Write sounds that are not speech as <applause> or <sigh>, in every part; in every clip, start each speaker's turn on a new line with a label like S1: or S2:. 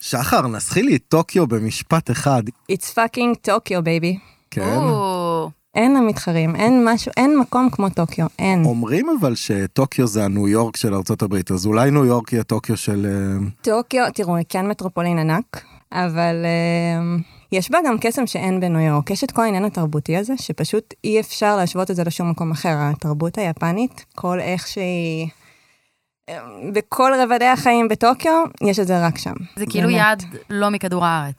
S1: שחר, נסחי לי את טוקיו במשפט אחד.
S2: It's fucking Tokyo, baby.
S1: כן.
S3: או,
S2: אין לה מתחרים, אין משהו, אין מקום כמו טוקיו, אין.
S1: אומרים אבל שטוקיו זה הניו יורק של ארצות הברית, אז אולי ניו יורק יהיה טוקיו של... אה,
S2: טוקיו, תראו, היא כן מטרופולין ענק, אבל אה, יש בה גם קסם שאין בניו יורק. יש את כל העניין התרבותי הזה, שפשוט אי אפשר להשוות את זה לשום מקום אחר. התרבות היפנית, כל איך שהיא... אה, בכל רבדי החיים בטוקיו, יש את זה רק שם.
S3: זה כאילו
S2: באמת.
S3: יעד לא מכדור הארץ.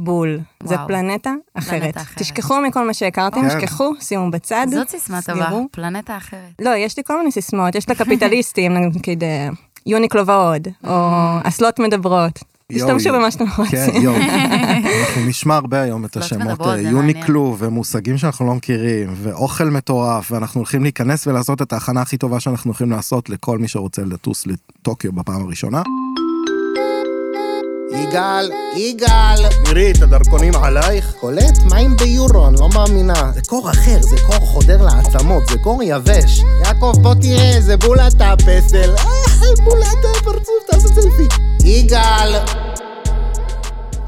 S2: בול. זה
S3: וואו.
S2: פלנטה אחרת.
S3: אחרת.
S2: תשכחו מכל מה שהכרתם,
S1: כן.
S2: תשכחו, שימו בצד.
S3: זאת סיסמה טובה,
S2: סגרו.
S3: פלנטה אחרת.
S2: לא, יש לי כל מיני סיסמאות, יש
S1: <laughs>
S2: לקפיטליסטים, נגיד אה, יוניקלו ועוד, או אסלות מדברות.
S1: יואי.
S2: תשתמשו במה שאתם
S1: כן,
S2: רוצים.
S1: יואו. אנחנו נשמע הרבה היום את
S3: לא
S1: השמות
S3: תדברו,
S1: אה,
S3: זה
S1: יוניקלו ומושגים שאנחנו לא מכירים, ואוכל מטורף, ואנחנו הולכים להיכנס ולעשות את ההכנה הכי טובה שאנחנו יכולים לעשות לכל מי שרוצה לטוס לטוקיו בפעם הראשונה.
S4: יגאל, יגאל!
S5: מירי, את הדרכונים עלייך?
S4: קולט, מה עם ביורו? אני לא מאמינה. זה קור אחר, זה קור חודר לעצמות, זה קור יבש. יעקב, בוא תראה, זה בולת הפסל. אה, בולת הפרצוף, תעשה סלפי. יגאל!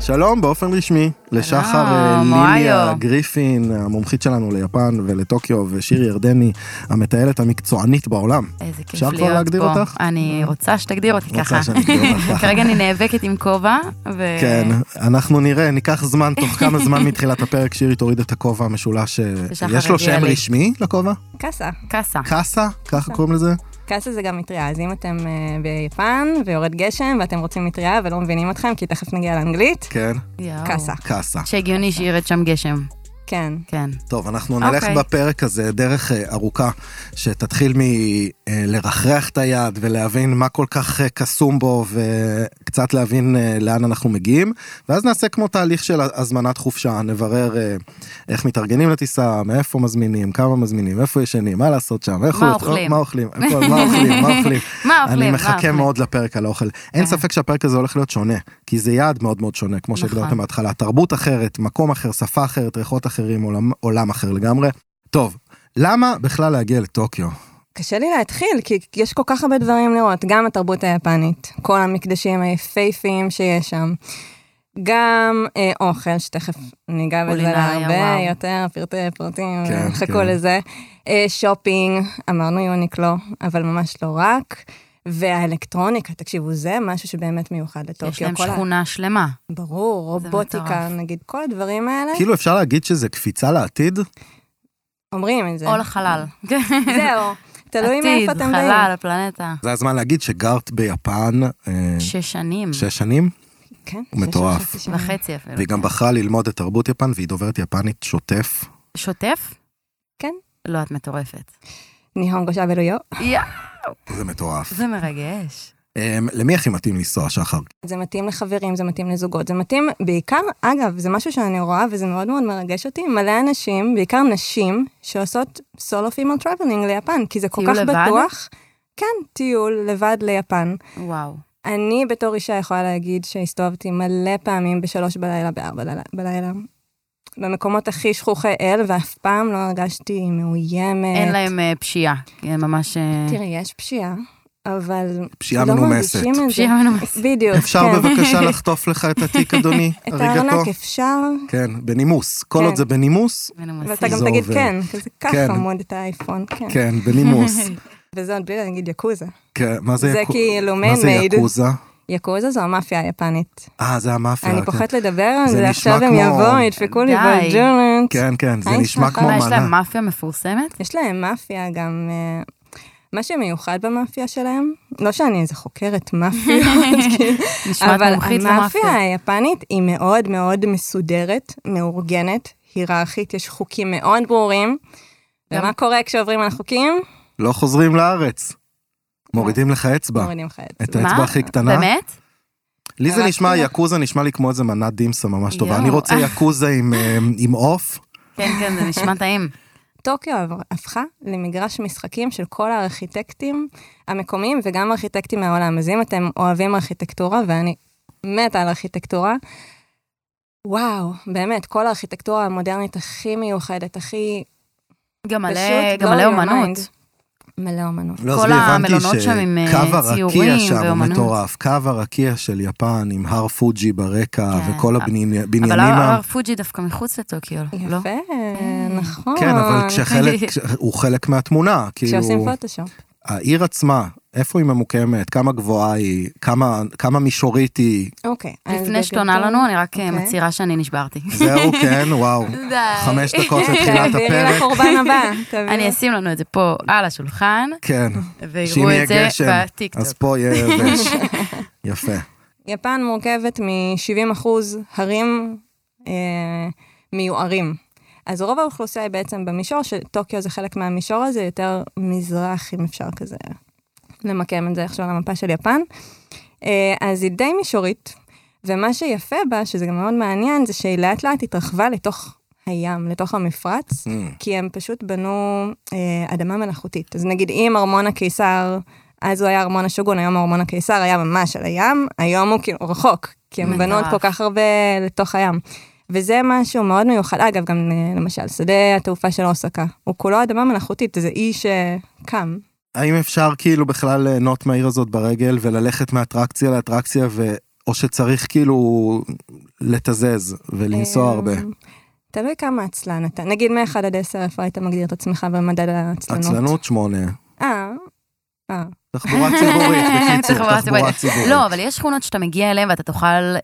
S1: שלום באופן רשמי לשחר אה,
S3: שלום,
S1: ליליה
S3: אוהיו.
S1: גריפין, המומחית שלנו ליפן ולטוקיו, ושירי ירדני, המטיילת המקצוענית בעולם.
S3: איזה כיף
S1: אפשר
S3: להיות
S1: כבר
S3: פה.
S1: להגדיר אותך? לא.
S3: אני רוצה שתגדיר אותי
S1: רוצה
S3: ככה.
S1: שאני אגדיר
S3: <laughs>
S1: אותך ככה.
S3: כרגע אני נאבקת עם כובע, ו...
S1: כן, אנחנו נראה, ניקח זמן, תוך כמה זמן מתחילת הפרק שירי תוריד את הכובע המשולש, אה,
S3: ששחר
S1: יש לו
S3: הגיע
S1: שם
S3: לי.
S1: רשמי לכובע?
S2: קאסה.
S3: קאסה.
S1: קאסה? ככה קוראים לזה?
S2: קאסה זה גם מטריה, אז אם אתם אה, ביפן ויורד גשם ואתם רוצים מטריה ולא מבינים אתכם, כי תכף נגיע לאנגלית,
S1: כן,
S3: יואו.
S2: קאסה,
S1: קאסה.
S3: שהגיוני שירד שם גשם.
S2: כן.
S3: כן.
S1: טוב, אנחנו נלך
S3: אוקיי.
S1: בפרק הזה דרך אה, ארוכה, שתתחיל מלרחרח את היד ולהבין מה כל כך אה, קסום בו וקצת להבין אה, לאן אנחנו מגיעים, ואז נעשה כמו תהליך של הזמנת חופשה, נברר אה, איך מתארגנים לטיסה, מאיפה מזמינים, כמה מזמינים, איפה ישנים, מה לעשות שם, איך
S3: מה
S1: הוא-
S3: אוכלים?
S1: מה אוכלים, הכל, מה אוכלים, מה אוכלים.
S3: <laughs> מה אוכלים?
S1: אני
S3: מה
S1: מחכה
S3: אוכלים?
S1: מאוד לפרק על האוכל. אין
S3: כן.
S1: ספק שהפרק הזה הולך להיות שונה, כי זה יעד מאוד מאוד שונה, כמו
S3: נכון.
S1: שהגדרתם בהתחלה. תרבות אחרת, מקום אחר, שפה אחרת, ריחות אחרים, עולם, עולם אחר לגמרי. טוב, למה בכלל להגיע לטוקיו?
S2: קשה לי להתחיל, כי יש כל כך הרבה דברים לראות, גם התרבות היפנית, כל המקדשים היפהפיים שיש שם, גם אה, אוכל, שתכף ניגע בזה
S3: קולינריה,
S2: הרבה
S3: וואו.
S2: יותר, פרטי פרטים,
S1: כן,
S2: חכו
S1: כן.
S2: לזה. אה, שופינג, אמרנו יוניקלו, אבל ממש לא רק. והאלקטרוניקה, תקשיבו, זה משהו שבאמת מיוחד לטוקיו.
S3: יש להם
S2: כל ה-
S3: שכונה שלמה.
S2: ברור,
S3: זה
S2: רובוטיקה,
S3: מטורף.
S2: נגיד, כל הדברים האלה,
S1: כאילו אפשר להגיד שזה קפיצה לעתיד?
S2: אומרים את זה.
S3: או לחלל.
S2: זהו, <laughs>
S3: <laughs>
S2: תלוי מאיפה אתם
S3: עתיד,
S2: באים.
S3: חלל, פלנטה.
S1: זה הזמן להגיד שגרת ביפן אה,
S3: שש שנים.
S1: שש שנים,
S2: כן,
S1: הוא מטורף.
S2: שש וחצי שנים.
S3: וחצי אפילו.
S1: והיא גם בחרה ללמוד את תרבות יפן, והיא דוברת יפנית שוטף.
S3: שוטף?
S2: כן.
S3: לא, את מטורפת.
S2: ניהונגו שבלויו.
S3: יואו,
S1: זה מטורף.
S3: זה מרגש.
S1: אה, למי הכי מתאים לנסוע, שחר?
S2: זה מתאים לחברים, זה מתאים לזוגות, זה מתאים בעיקר, אגב, זה משהו שאני רואה וזה מאוד מאוד מרגש אותי, מלא אנשים, בעיקר נשים, שעושות סולו פימל טראבלינג ליפן, כי זה כל
S3: טיול
S2: כך
S3: לבד?
S2: בטוח. כן, טיול לבד ליפן.
S3: וואו.
S2: אני בתור אישה יכולה להגיד שהסתובבתי מלא פעמים בשלוש בלילה, בארבע לל- בלילה. במקומות הכי שכוחי אל, ואף פעם לא הרגשתי מאוימת.
S3: אין להם אה, פשיעה. הם ממש... אה,
S2: תראי, יש פשיעה, אבל
S1: פשיעה
S2: לא
S1: מנומסת.
S2: מרגישים את זה.
S3: פשיעה מנומסת.
S2: בדיוק,
S1: אפשר
S2: כן.
S1: בבקשה לחטוף לך את התיק, אדוני?
S2: את
S1: הריגתו?
S2: הארנק אפשר,
S1: כן, בנימוס. כל
S2: כן.
S1: עוד זה בנימוס,
S2: אבל
S3: מנומסת.
S2: אתה גם
S1: זה
S2: תגיד
S1: עובר.
S2: כן, כזה ככה
S1: כן.
S2: חמוד את האייפון, כן.
S1: כן,
S3: <laughs>
S1: בנימוס.
S2: וזה עוד בלי להגיד יקוזה.
S1: כן, מה זה
S2: זה
S1: יקו-
S2: כאילו
S1: מה זה
S2: man-made.
S1: יקוזה?
S2: יקוזה זו המאפיה היפנית.
S1: אה, זה המאפיה.
S2: אני
S1: כן.
S2: פוחדת לדבר על
S1: זה
S2: זה,
S1: נשמע
S2: עכשיו הם
S1: כמו-
S2: יבואו, ידפקו לי
S3: די.
S2: בג'ורנט.
S1: כן, כן, זה
S2: היי,
S1: נשמע
S2: שלך.
S1: כמו
S3: מה, אה, יש להם
S1: מנה.
S3: מאפיה מפורסמת?
S2: יש להם מאפיה גם... אה, מה שמיוחד במאפיה שלהם, לא שאני איזה חוקרת מאפיות, כאילו,
S3: <laughs> נשמעת
S2: אבל
S3: מומחית
S2: המאפיה
S3: למאפיה.
S2: היפנית היא מאוד מאוד מסודרת, מאורגנת, היררכית, יש חוקים מאוד ברורים.
S3: גם-
S2: ומה קורה כשעוברים על החוקים?
S1: לא חוזרים
S3: אה,
S1: לארץ. מורדים לך אצבע.
S2: מורידים לך את
S1: את
S2: זה.
S1: האצבע
S3: מה?
S1: הכי קטנה.
S3: באמת?
S1: לי זה
S2: רק
S1: נשמע,
S2: כאילו-
S1: יקוזה נשמע לי כמו איזה מנת דימסה ממש טובה.
S3: יואו.
S1: אני רוצה יקוזה עם, אה, עם עוף.
S3: כן, כן, זה נשמע טעים.
S2: טוקיו עבר- הפכה למגרש משחקים של כל הארכיטקטים המקומיים וגם ארכיטקטים מהעולם. אז אם אתם אוהבים ארכיטקטורה, ואני מתה על ארכיטקטורה, וואו, באמת, כל הארכיטקטורה המודרנית הכי מיוחדת, הכי
S3: גם מלא
S2: פשוט לא
S3: גם
S2: blow
S3: מלא
S2: your
S3: אומנות.
S2: mind. מלא אומנות.
S1: לא,
S3: כל
S1: עזבי, הבנתי
S3: המלונות שם עם, אה,
S1: שקו
S3: ציורים
S1: הרקיע שם הוא
S3: ואומנות.
S1: מטורף, קו הרקיע של יפן עם הר פוג'י ברקע
S3: כן.
S1: וכל הבניינים,
S3: אבל הר
S1: ה...
S3: פוג'י דווקא מחוץ לטוקיו, לא?
S2: יפה, נכון.
S1: כן,
S3: אה,
S1: אבל
S3: <laughs>
S1: כשחלק, כש- הוא חלק מהתמונה, כאילו,
S2: כשעושים פוטושופ.
S1: העיר עצמה, איפה היא ממוקמת, כמה גבוהה היא, כמה, כמה מישורית היא,
S2: אוקיי. אז
S3: לפני שתונה
S2: בגדול-
S3: לנו, אני רק אה,
S2: אוקיי.
S3: מצהירה שאני נשברתי. <laughs>
S1: זהו, כן, וואו, חמש דקות
S2: <laughs>
S1: לתחילת
S2: תעבירי
S1: הפרק,
S2: לחורבן
S3: <laughs>
S2: הבא. תעבירי.
S3: אני אשים לנו את זה פה על השולחן,
S1: כן, שאם
S3: ויראו
S1: יהיה
S3: את זה
S1: גשם,
S3: בטיקטוק.
S1: אז פה יהיה
S3: <laughs>
S1: יבש, יפה,
S2: יפן מורכבת מ-70% הרים אה, מיוערים. אז רוב האוכלוסייה היא בעצם במישור, שטוקיו זה חלק מהמישור הזה, יותר מזרח, אם אפשר כזה למקם את זה איכשהו על המפה של יפן. אה, אז היא די מישורית, ומה שיפה בה, שזה גם מאוד מעניין, זה שהיא לאט לאט התרחבה לתוך הים, לתוך המפרץ,
S1: Mm.
S2: כי הם פשוט בנו אה, אדמה מלאכותית. אז נגיד אם ארמון הקיסר, אז הוא היה ארמון השוגון, היום ארמון הקיסר היה ממש על הים, היום הוא כאילו רחוק, כי הם בנו עוד כל
S3: מטורף.
S2: כך הרבה לתוך הים. וזה משהו מאוד מיוחד. אגב, גם אה, למשל, שדה התעופה של אוסקה, הוא כולו אדמה מלאכותית, אה, זה אי שקם.
S1: האם אפשר כאילו בכלל ליהנות מהעיר הזאת ברגל וללכת מאטרקציה לאטרקציה ו... או שצריך כאילו לתזז ולנסוע
S2: אה,
S1: הרבה.
S2: תלוי כמה עצלן אתה. נגיד מ-1 עד 10, איפה היית מגדיר את עצמך במדד העצלנות?
S3: לא.
S1: עצלנות שמונה,
S2: אה, אה.
S1: תחבורה
S3: <laughs>
S1: ציבורית, בקיצור, תחבורה
S3: תחבורה ציבורית.
S1: ציבורית.
S3: לא, אבל יש שכונות שאתה מגיע אליהן ואתה תוכל אה,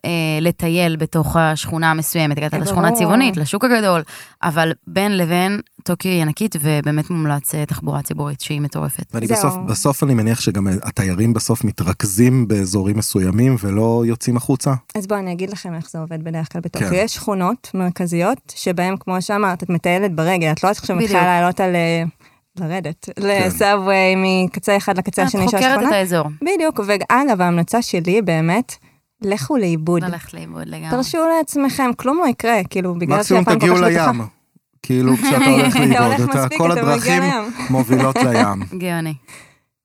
S3: לטייל בתוך השכונה המסוימת. הגעת
S2: אה, ברור.
S3: לשכונה הצבעונית, לשוק הגדול, אבל בין לבין טוקיו היא ענקית, ובאמת מומלץ אה, תחבורה ציבורית שהיא מטורפת.
S1: ואני
S2: זהו.
S1: בסוף, בסוף אני מניח שגם התיירים בסוף מתרכזים באזורים מסוימים ולא יוצאים החוצה.
S2: אז בוא, אני אגיד לכם איך זה עובד בדרך כלל בטוקיו.
S1: כן.
S2: יש שכונות מרכזיות שבהן, כמו שאמרת, את מטיילת ברגל, את לא עכשיו
S3: בדיוק.
S2: מתחילה לעלות על... אה, לרדת,
S1: כן.
S2: לסאבווי מקצה אחד לקצה
S3: אה, את
S2: השני של
S3: חוקרת את
S2: השכונה.
S3: האזור.
S2: בדיוק, ואגב, ההמלצה שלי באמת, לכו לאיבוד.
S3: ללכת לאיבוד לגמרי.
S2: תרשו לעצמכם, כלום לא יקרה, כאילו, בגלל
S1: מקסימום
S2: שיפן כל כך
S1: תגיעו
S2: בטוחה.
S1: לים. כאילו כשאתה הולך
S2: אתה <laughs> הולך
S1: לאיבוד, אתה-
S2: מספיק,
S1: כל
S2: אתה מגיע
S1: הדרכים
S2: לים. <laughs>
S1: מובילות לים.
S3: גאוני.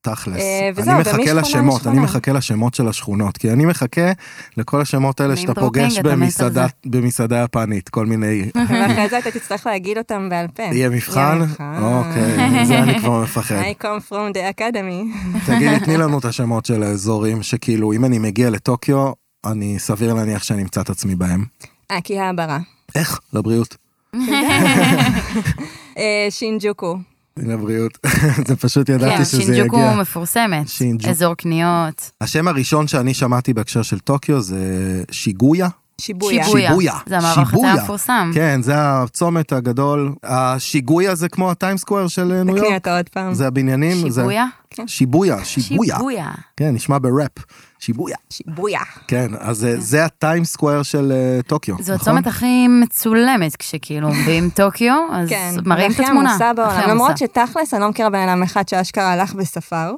S1: תכלס.
S2: אה, וזהו,
S1: אני
S2: ומשכונה
S1: מחכה לשמות, אני
S2: לשכונה.
S1: מחכה לשמות של השכונות, כי אני מחכה לכל השמות האלה
S3: name
S1: שאתה
S3: dropping,
S1: פוגש
S3: אתה מת על
S1: במסעדה-
S3: זה.
S1: במסעדה יפנית, כל
S2: <laughs>
S1: מיני... <laughs>
S2: ואחרי זה אתה תצטרך להגיד אותם בעל פה.
S1: יהיה מבחן?
S2: <laughs>
S1: אוקיי, זה אני כבר מפחד.
S2: I come from the academy. <laughs>
S1: תגידי, תני לנו את השמות של האזורים שכאילו, אם אני מגיע לטוקיו, אני סביר להניח שאני אמצא את עצמי בהם.
S2: אה, הקיהברה.
S1: איך? לבריאות.
S2: אה, שינג'וקו.
S1: לבריאות. <laughs> זה פשוט ידעתי
S3: כן,
S1: שזה
S3: שינג'וקו
S1: יגיע.
S3: מפורסמת.
S1: שינג'וקו.
S3: אזור קניות.
S1: השם הראשון שאני שמעתי בהקשר של טוקיו זה שיגויה.
S3: כן.
S2: שיבויה.
S3: שיבויה. זה המעבר חצה
S1: שיבויה.
S3: המפורסם.
S1: כן, זה הצומת הגדול. השיגויה זה כמו הטיים סקוואר של ניו
S2: תקני
S1: יורק.
S2: אותו עוד פעם.
S1: זה הבניינים. כן, זה-
S3: שיבויה?
S1: שיבויה, שיבויה.
S3: שיבויה.
S1: כן, נשמע בראפ. שיבויה.
S2: שיבויה.
S1: כן, אז אה, זה הטיים סקוואר של אה, טוקיו.
S3: זו
S1: נכון?
S3: הצומת הכי מצולמת כשכאילו עומדים טוקיו, אז
S2: כן.
S3: מראים את
S2: והכי
S3: התמונה.
S2: עמוסה בעולם.
S3: הכי
S2: למרות
S3: עמוסה.
S2: שתכלס, אני לא מכירה בן אדם אחד שאשכרה הלך וספר.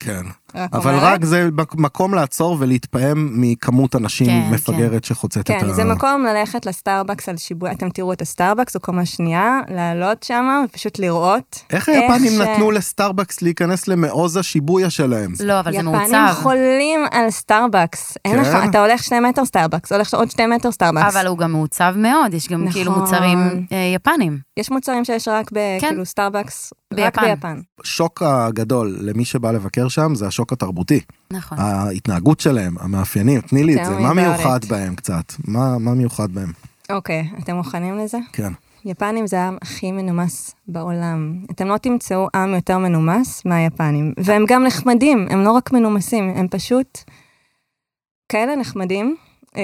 S1: כן.
S2: רק
S1: אבל
S2: אומרת.
S1: רק זה מק- מקום לעצור ולהתפעם מכמות אנשים
S3: כן,
S1: מפגרת שחוצת את ה...
S2: כן, זה מקום ללכת לסטארבקס על שיבויה. אתם תראו את הסטארבקס, הוא קומה שנייה, לעלות שם ופשוט לראות.
S1: איך היפנים
S2: ש-
S1: נתנו לסטארבקס להיכנס למעוז השיבויה שלהם?
S3: לא, אבל זה
S2: יפנים
S3: מעוצב.
S2: חולים על סטארבקס. אין
S1: כן?
S2: לך, אתה הולך שני מטר סטארבקס, הולך עוד שני מטר סטארבקס.
S3: אבל הוא גם מעוצב מאוד, יש גם כאילו
S2: נכון.
S3: מוצרים אה, יפנים.
S2: יש מוצרים שיש רק
S3: כן.
S2: בכאילו סטארבקס, רק
S3: ביפן.
S2: ביפן.
S1: השוק הגדול למי שבא לבקר שם זה השוק התרבותי.
S3: נכון.
S1: ההתנהגות שלהם, המאפיינים, תני לי את
S2: Tell
S1: זה.
S2: me
S1: מה
S2: about
S1: מיוחד
S2: it.
S1: בהם קצת? מה מה מיוחד בהם?
S2: אוקיי, אתם מוכנים לזה?
S1: כן.
S2: יפנים זה העם הכי מנומס בעולם. אתם לא תמצאו עם יותר מנומס מהיפנים. והם גם נחמדים, הם לא רק מנומסים, הם פשוט כאלה נחמדים. אמ,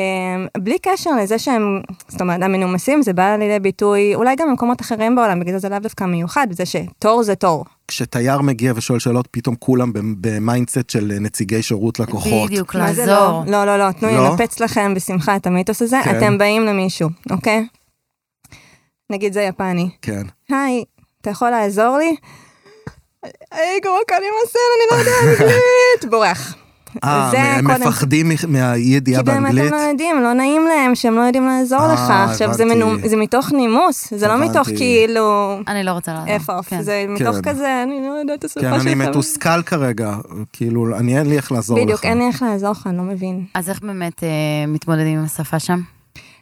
S2: בלי קשר לזה שהם, זאת אומרת, המנומסים זה בא לידי ביטוי אולי גם במקומות אחרים בעולם, בגלל זה זה לאו דווקא מיוחד, זה שתור זה תור.
S1: כשתייר מגיע ושואל שאלות, פתאום כולם במ- במיינדסט של נציגי שירות לקוחות.
S3: בדיוק,
S2: מה זה לא?
S3: לעזור.
S2: לא, לא, לא, תנו לי
S1: לא?
S2: לנפץ לכם בשמחה את המיתוס הזה,
S1: כן.
S2: אתם באים למישהו, אוקיי? נגיד זה יפני.
S1: כן.
S2: היי, אתה יכול לעזור לי? היי, גרוק, אני מסל, אני לא יודע
S1: <laughs>
S2: אנגלית! בורח.
S1: אה,
S2: זה
S1: הם
S2: קודם.
S1: מפחדים מח- מהאי-ידיעה
S2: כי באמת
S1: באנגלית? כן,
S2: הם לא יודעים, לא נעים להם שהם לא יודעים לעזור
S1: אה,
S2: לך. עכשיו, זה
S1: הבנתי.
S2: מנו- זה מתוך נימוס, זה לא
S1: הבנתי.
S2: מתוך כאילו...
S3: אני לא רוצה לעזור.
S2: איפה,
S3: כן.
S2: זה מתוך
S1: כן.
S2: כזה, אני לא יודעת את השפה
S1: כן,
S2: שלכם.
S1: אני מתוסכל כרגע, כאילו, אני אין לי איך לעזור לך.
S2: בדיוק, אין לי איך לעזור לך, אני לא מבין.
S3: אז איך באמת אה, מתמודדים עם השפה שם?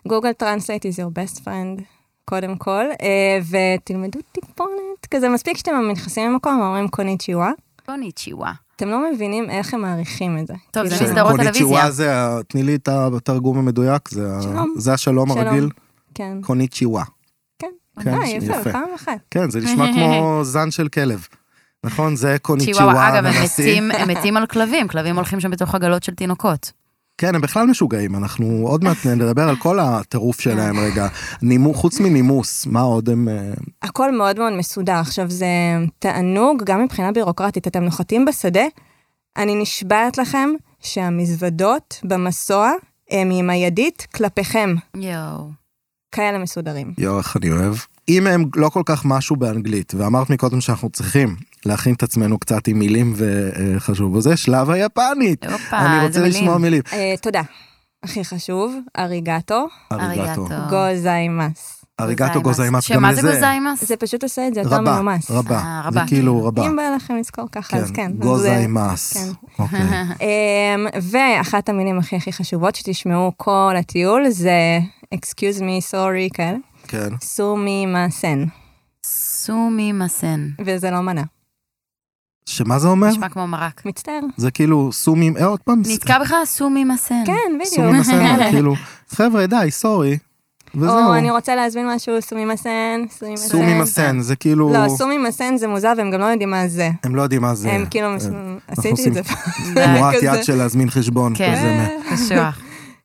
S2: Google Translate is your best friend. קודם כל, אה, ותלמדו טיפונת, כזה מספיק שאתם נכנסים למקום ואומרים קוניצ'יווה,
S3: קוניצ'יווה.
S2: אתם לא מבינים איך הם מעריכים את זה.
S3: טוב, זה
S2: כאילו,
S3: מסדר- מסדרות
S1: קוניצ'יווה
S3: טלוויזיה.
S1: זה, ה- תני לי את התרגום המדויק, זה, ה-
S2: שלום.
S1: זה השלום
S2: שלום.
S1: הרגיל,
S2: כן,
S1: קוניצ'יווה.
S2: כן.
S1: כן,
S2: אה,
S1: יפה.
S2: יפה, פעם אחת.
S1: כן, זה
S3: <laughs>
S1: נשמע כמו זן של כלב. נכון, זה קוניצ'יווה,
S3: צ'יוואווה, אגב, הם
S1: הנשיא.
S3: מתים,
S1: <laughs>
S3: הם מתים על כלבים, כלבים הולכים שם בתוך עגלות של תינוקות.
S1: כן, הם בכלל משוגעים, אנחנו עוד
S3: <laughs>
S1: מעט נדבר על כל הטירוף שלהם רגע. נימו, חוץ מנימוס, מה עוד הם... אה,
S2: הכל מאוד מאוד מסודר. עכשיו, זה תענוג גם מבחינה בירוקרטית. אתם נוחתים בשדה, אני נשבעת לכם שהמזוודות במסוע הם עם הידית כלפיכם,
S3: יואו.
S2: כאלה מסודרים.
S1: יואו, איך אני אוהב. אם הם לא כל כך משהו באנגלית, ואמרת מקודם שאנחנו צריכים להכין את עצמנו קצת עם מילים וחשוב, וזה שלב היפנית.
S3: הופה,
S1: אני
S3: איזה
S1: רוצה לשמוע
S3: מילים.
S1: מילים.
S2: אה, תודה. הכי חשוב, אריגטו,
S1: אריגטו.
S3: אה.
S2: גוזיימס.
S1: אריגטו גוזיימאס, גם
S3: שמה זה
S1: לזה.
S3: גוזיימס?
S2: זה פשוט עושה את זה יותר
S1: רבה,
S2: מנומס.
S1: רבה.
S3: אה,
S1: זה
S3: רבה,
S1: כאילו
S3: כאילו.
S1: רבה.
S2: אם בא לכם לזכור ככה, אז כן. אז זה-
S1: גוזיימאס.
S2: <laughs> כן.
S1: אוקיי.
S3: <laughs>
S2: אמ, ואחת המילים הכי הכי חשובות שתשמעו כל הטיול זה excuse me, sorry, כאלה.
S1: כן.
S2: סומי מאסן,
S3: סומי מסן.
S2: וזה לא מנע.
S1: שמה זה אומר?
S3: נשמע כמו מרק.
S2: מצטער.
S1: זה כאילו סומים, אה עוד פעם?
S3: נתקע בך סומי מסן.
S2: כן, בדיוק.
S1: סומים
S3: <laughs>
S1: בסדר, כאילו, חבר'ה די, סורי. וזהו.
S2: או, אני רוצה להזמין משהו, סומי מאסן, סומי מאסן.
S1: סומים הסן, זה כאילו,
S2: לא, סומי מאסן זה מוזר, והם גם לא יודעים מה זה.
S1: הם לא יודעים מה זה.
S2: הם כאילו, עשיתי
S1: עושים-
S2: את זה פעם. <laughs>
S1: תנועת
S2: כזה.
S1: יד של להזמין חשבון.
S3: אה, כן.
S1: כזה מ-
S2: <laughs>
S3: קשוח.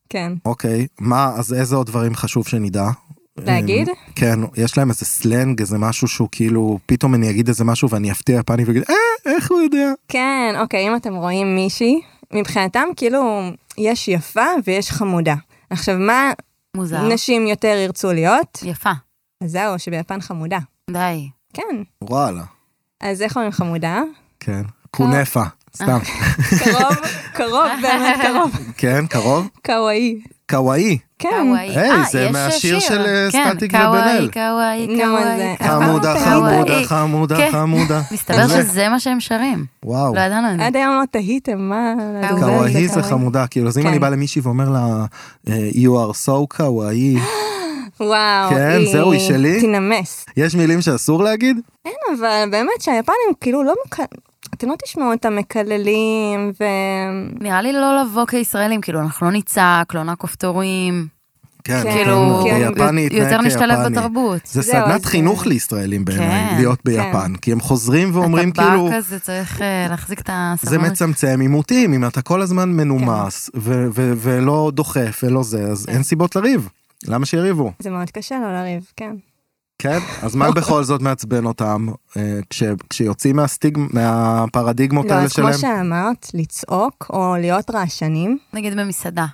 S2: כן.
S1: אוקיי, מה, אז איזה עוד דברים חשוב שנדע?
S2: להגיד?
S1: אמ, כן, יש להם איזה סלנג, איזה משהו שהוא כאילו, פתאום אני אגיד איזה משהו ואני אפתיע יפני ויגיד, אה, איך הוא יודע?
S2: כן, אוקיי, אם אתם רואים מישהי, מבחינתם, כאילו, יש יפה ויש חמודה. עכשיו, מה
S3: מוזר.
S2: נשים יותר ירצו להיות?
S3: יפה.
S2: אז זהו, שביפן חמודה.
S3: די.
S2: כן.
S1: וואלה.
S2: אז איך אומרים חמודה?
S1: כן. קונפה, סתם.
S3: אה.
S1: <laughs>
S2: קרוב, קרוב, באמת קרוב.
S1: כן, קרוב?
S2: קוואי.
S1: קוואי.
S2: כן.
S3: קוואי.
S1: היי,
S3: אה,
S1: זה
S3: יש
S1: מהשיר
S3: שיר.
S1: של, אה,
S3: כן,
S1: סטטיק ובן-אל.
S3: קוואי, קוואי,
S2: נו,
S3: קוואי.
S2: זה-
S1: חמודה,
S2: אה,
S1: חמודה,
S3: אוקיי.
S1: חמודה,
S3: כן.
S1: חמודה.
S3: <laughs> מסתבר
S1: זה-
S3: שזה מה שהם שרים.
S1: וואו.
S3: לא ידענו את זה.
S2: עד היום לא תהיתם מה...
S3: קוואי.
S2: זה-
S1: קוואי זה
S2: קוואי.
S1: חמודה, כאילו, אז אם
S2: כן.
S1: אני בא למישהי ואומר לה, אה, you are so קוואי,
S2: וואו,
S1: כן, זהו, היא שלי?
S2: תנמס.
S1: יש מילים שאסור להגיד?
S2: כן, אבל באמת שהיפנים כאילו לא... מק- אתם לא תשמעו אותם מקללים, ו...
S3: נראה לי לא לבוא כישראלים, כאילו, אנחנו לא נצעק, לא נעקוף תורים.
S1: כן,
S3: כאילו,
S1: כן, ביפני
S3: יותר
S1: יתנהג
S3: נשתלב
S1: כיפני.
S3: בתרבות. אה,
S1: זה
S2: זהו,
S1: סדנת
S2: אז-
S1: חינוך לישראלים בעיניי,
S3: כן,
S1: להיות ביפן, כי הם חוזרים ואומרים
S3: אתה בא
S1: כאילו,
S3: כזה, צריך אה, להחזיק את
S1: זה
S3: הסבלנות.
S1: מצמצם עימותים, אם אתה כל
S3: כן.
S1: הזמן מנומס, ו- ו- ולא דוחף ולא זה, אז אין סיבות לריב. למה שיריבו?
S2: זה מאוד קשה לא לריב, כן.
S1: כן, אז מה בכל זאת מעצבן אותם אה, כש- כשיוצאים מהסטיגמ- מהפרדיגמות
S2: לא,
S1: האלה
S2: אז כמו
S1: שלהם?
S2: שאמרת, לצעוק או להיות רעשנים,
S3: נגיד במסעדה.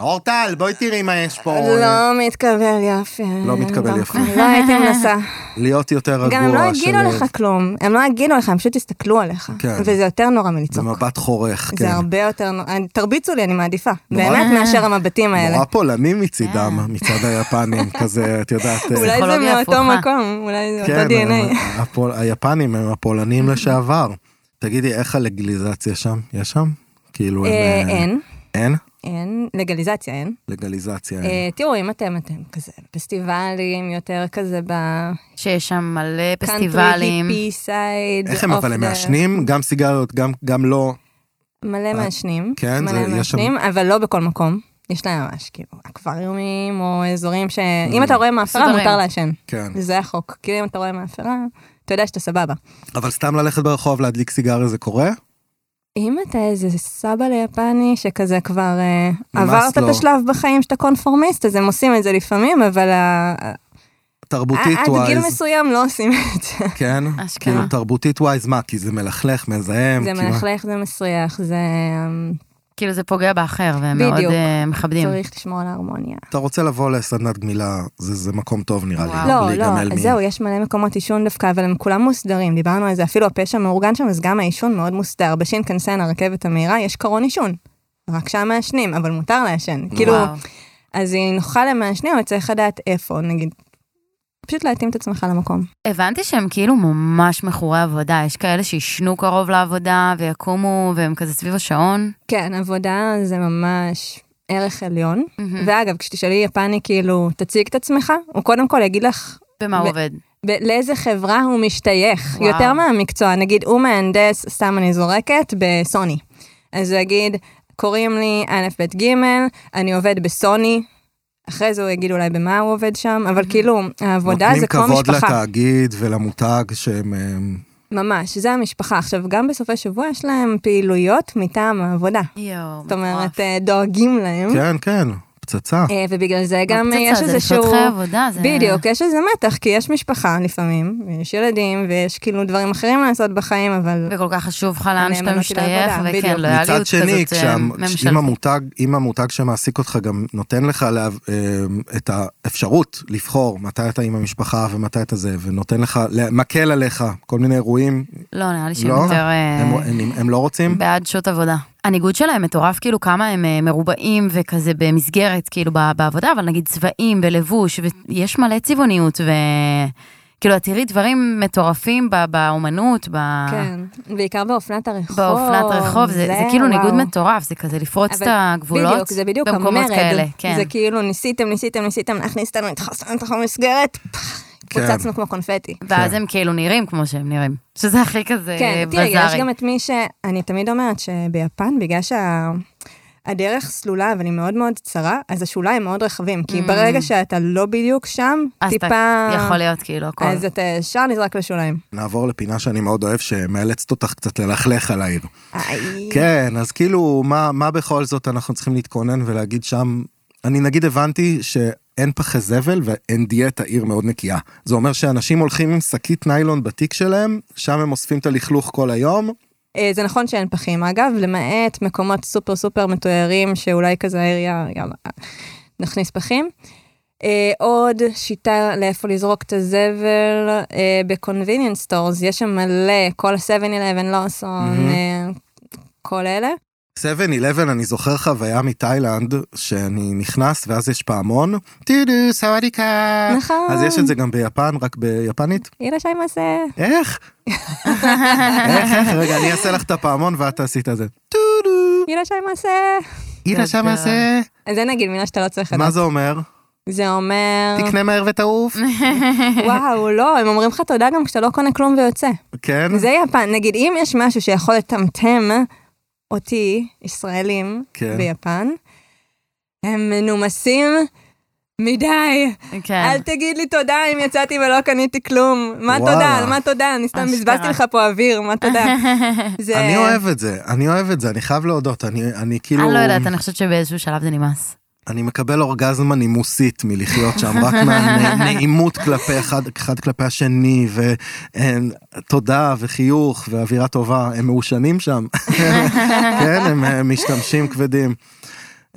S1: אורטל, בואי תראי מה יש פה. אה,
S2: לא מתקבל יפה.
S1: לא מתקבל יפה.
S2: לא הייתי מנסה.
S1: להיות יותר רגוע.
S2: גם הם לא יגידו
S1: של-
S2: לך כלום, הם לא יגידו לך, הם פשוט יסתכלו עליך.
S1: כן.
S2: וזה יותר נורא מלצעוק.
S1: במבט חורך,
S2: זה
S1: כן.
S2: הרבה יותר, נורא- אה, תרביצו לי, אני מעדיפה. באמת, מאשר המבטים האלה. אה.
S1: נורא פולנים מצידם, מצד
S2: <laughs>
S1: היפנים, כזה, את יודעת. אה,
S2: אולי זה
S3: פסיכולוגיה
S2: מאותו
S3: הפוכה.
S2: מקום, אולי זה
S1: כן,
S2: אותו
S1: <laughs>
S2: DNA. <laughs>
S1: הם- הפול- היפנים הם הפולנים
S2: אה.
S1: לשעבר. תגידי, איך הלגליזציה שם? יש שם? כאילו, הם,
S2: אה,
S1: אה,
S2: אין,
S1: אין?
S2: אין, לגליזציה אין.
S1: לגליזציה. אין.
S2: אה, תראו, אם אתם, אתם כזה פסטיבלים, יותר כזה בקאנטרי
S3: שיש שם מלא פסטיבלים.
S2: היפי סייד.
S1: איך הם, אבל הם מעשנים? גם סיגריות, גם- גם לא.
S2: מלא מעשנים.
S1: כן, זה-
S2: מלא
S1: יש שם-
S2: מעשנים, אבל לא בכל מקום. יש להם ממש כאילו אקווריומים או אזורים ש... אם
S1: אה,
S2: אתה רואה מאפרה,
S3: מסודרים.
S2: מותר לעשן.
S1: כן.
S2: זה החוק. כאילו אם אתה רואה מאפרה, אתה יודע שאתה סבבה.
S1: אבל סתם ללכת ברחוב להדליק סיגריה זה קורה?
S2: אם אתה איזה סבא ליפני שכזה כבר אה,
S1: ממש
S2: עברת
S1: לא.
S2: את השלב בחיים שאתה קונפורמיסט, אז הם עושים את זה לפעמים, אבל ה-
S1: תרבותית
S2: עד גיל
S1: ווייז,
S2: אה, מסוים לא עושים את זה.
S1: כן?
S3: אשכרה.
S1: כאילו תרבותית ווייז, מה? כי זה מלכלך, מזהם.
S2: זה
S1: כאילו-
S2: מלכלך, זה מסריח, זה אמ,
S3: כאילו זה פוגע באחר, והם מאוד
S2: בדיוק.
S3: אה, מכבדים.
S2: צריך לשמור על ההרמוניה.
S1: אתה רוצה לבוא לסדנת גמילה, זה, זה מקום טוב נראה לי.
S3: וואו.
S2: לא,
S1: אה, בלי
S2: לא,
S1: להיגמל מ-
S2: זהו, יש מלא מקומות עישון דווקא, אבל הם כולם מוסדרים. דיברנו על זה, אפילו הפשע מאורגן שם, אז גם העישון מאוד מוסדר. בשינקנסן, הרכבת המהירה, יש קרון עישון. רק שם מעשנים, אבל מותר לעשן. כאילו,
S3: וואו.
S2: אז היא נוחה למעשנים, אבל צריך לדעת איפה, נגיד. פשוט להתאים את עצמך למקום.
S3: הבנתי שהם כאילו ממש מכורי עבודה, יש כאלה שישנו קרוב לעבודה ויקומו והם כזה סביב השעון.
S2: כן, עבודה זה ממש... ערך עליון. ואגב, כשתשאלי יפני, כאילו, תציג את עצמך, הוא קודם כל יגיד לך
S3: במה הוא
S2: ו-
S3: עובד?
S2: ב- לאיזה חברה הוא משתייך,
S3: וואו.
S2: וואו. יותר מהמקצוע, נגיד הוא מהנדס, סתם אני זורקת, בסוני. אז הוא יגיד, קוראים לי א', ב', ג', אני עובד בסוני, אחרי זה הוא יגיד אולי במה הוא עובד שם, אבל כאילו, העבודה זה כמו
S1: נותנים כבוד
S2: משפחה.
S1: לתאגיד ולמותג שהם... אמ,
S2: ממש, זה המשפחה. עכשיו, גם בסופי שבוע יש להם פעילויות מטעם העבודה.
S3: יואו,
S2: זאת אומרת, אה, דואגים להם.
S1: כן, כן, פצצה.
S2: אה, ובגלל זה גם אה,
S3: פצצה,
S2: יש
S3: זה
S2: איזשהו...
S3: לחיות חיי עבודה, זה-
S2: בדיוק, יש איזה מתח, כי יש משפחה לפעמים, ויש ילדים, ויש כאילו דברים אחרים לעשות בחיים, אבל...
S3: וכל כך חשוב לך לאן שאתה
S2: הנאמנות היא
S3: משתייך,
S2: לעבודה, לא
S3: וכן,
S2: בדיוק.
S3: לויאליות
S1: מצד שני,
S3: כזאת אה,
S1: כשהמ-
S3: ממשלתית.
S1: אם המותג, אם המותג שמעסיק אותך גם נותן לך לה, אמ, את האפשרות לבחור מתי אתה עם המשפחה ומתי אתה זה, ונותן לך, לה- מקל עליך כל מיני אירועים,
S3: לא, נראה לי שהם
S1: לא?
S3: יותר... אה,
S1: הם- הם- הם לא רוצים?
S3: בעד שעות עבודה. הניגוד שלהם מטורף, כאילו כמה הם אה, מרובעים וכזה במסגרת, כאילו ב- בעבודה, אבל נגיד צבעים ולבוש, ויש מלא צבעוניות, וכאילו את תראי דברים מטורפים ב- באומנות, ב...
S2: כן, בעיקר באופנת הרחוב.
S3: אה. באופנת רחוב, זה, זה כאילו
S2: וואו.
S3: ניגוד מטורף, זה כזה לפרוץ את
S2: אבל
S3: הגבולות
S2: בדיוק, זה בדיוק
S3: במקומות
S2: המרד.
S3: כאלה, כן.
S2: זה כאילו ניסיתם, ניסיתם, ניסיתם להכניס אותנו, התחסנו לתוך המסגרת, פח,
S1: כן.
S2: פוצצנו כמו קונפטי.
S3: ואז הם כאילו נראים כמו שהם נראים, שזה הכי כזה
S2: כן, תראי,
S3: בזארי.
S2: יש גם את מי ש... אני תמיד אומרת שביפן, בגלל שה... הדרך סלולה, אבל היא מאוד מאוד צרה, אז השוליים מאוד רחבים, כי ברגע שאתה לא בדיוק שם,
S3: Mm. אז
S2: טיפה...
S3: אתה יכול להיות כאילו הכל.
S2: אז אתה ישר נזרק לשוליים.
S1: נעבור לפינה שאני מאוד אוהב, שמאלצת אותך קצת ללכלך על העיר.
S2: איי.
S1: כן, אז כאילו, מה, מה בכל זאת אנחנו צריכים להתכונן ולהגיד שם? אני נגיד הבנתי שאין פחי זבל ואין דיאטה עיר מאוד נקייה. זה אומר שאנשים הולכים עם שקית ניילון בתיק שלהם, שם הם אוספים את הלכלוך כל היום.
S2: אה, זה נכון שאין פחים, אגב, למעט מקומות סופר סופר מתוארים, שאולי כזה העירייה, יאללה, נכניס פחים. אה, עוד שיטה לאיפה לזרוק את הזבל, אה, ב-convenience stores, יש שם מלא, כל ה-7-11, לוסון, אה, כל אלה.
S1: 7-11, אני זוכר חוויה מתאילנד, שאני נכנס ואז יש פעמון, טודו סוואדיקה.
S2: נכון.
S1: אז יש את זה גם ביפן, רק ביפנית.
S2: יהיה לשי מעשה.
S1: איך? איך? איך? רגע, אני אעשה לך את הפעמון ואת תעשי את הזה. טודו,
S2: יהיה לשי מעשה.
S1: הנה שם הזה.
S2: אז זה נגיד מילה שאתה לא צריך
S1: מה
S2: לדעת.
S1: זה אומר?
S2: זה אומר,
S3: אה.
S1: תקנה מהר
S3: <laughs>
S1: ותעוף.
S2: וואו, לא, הם אומרים לך תודה גם כשאתה לא קונה כלום ויוצא.
S1: כן?
S2: זה יפן, נגיד אם יש משהו שיכול לטמטם אותי, ישראלים,
S1: כן.
S2: כן. ביפן, הם מנומסים מדי.
S3: כן.
S2: אל תגיד לי תודה אם יצאתי ולא קניתי כלום. מה
S1: וואלה.
S2: תודה? על מה תודה? אני סתם
S3: אשכרה.
S2: בזבזתי לך פה אוויר, מה
S3: <laughs>
S2: תודה? זה...
S1: אני אוהב את זה, אני אוהב את זה, אני חייב להודות, אני, אני כאילו,
S3: אני לא יודעת, אני חושבת שבאיזשהו שלב זה נמאס.
S1: אני מקבל אורגזמה נימוסית מלחיות שם, רק מהנעימות כלפי אחד, אחד כלפי השני, ותודה וחיוך ואווירה טובה, הם מעושנים
S2: <laughs>
S1: שם, כן, הם אה, משתמשים כבדים.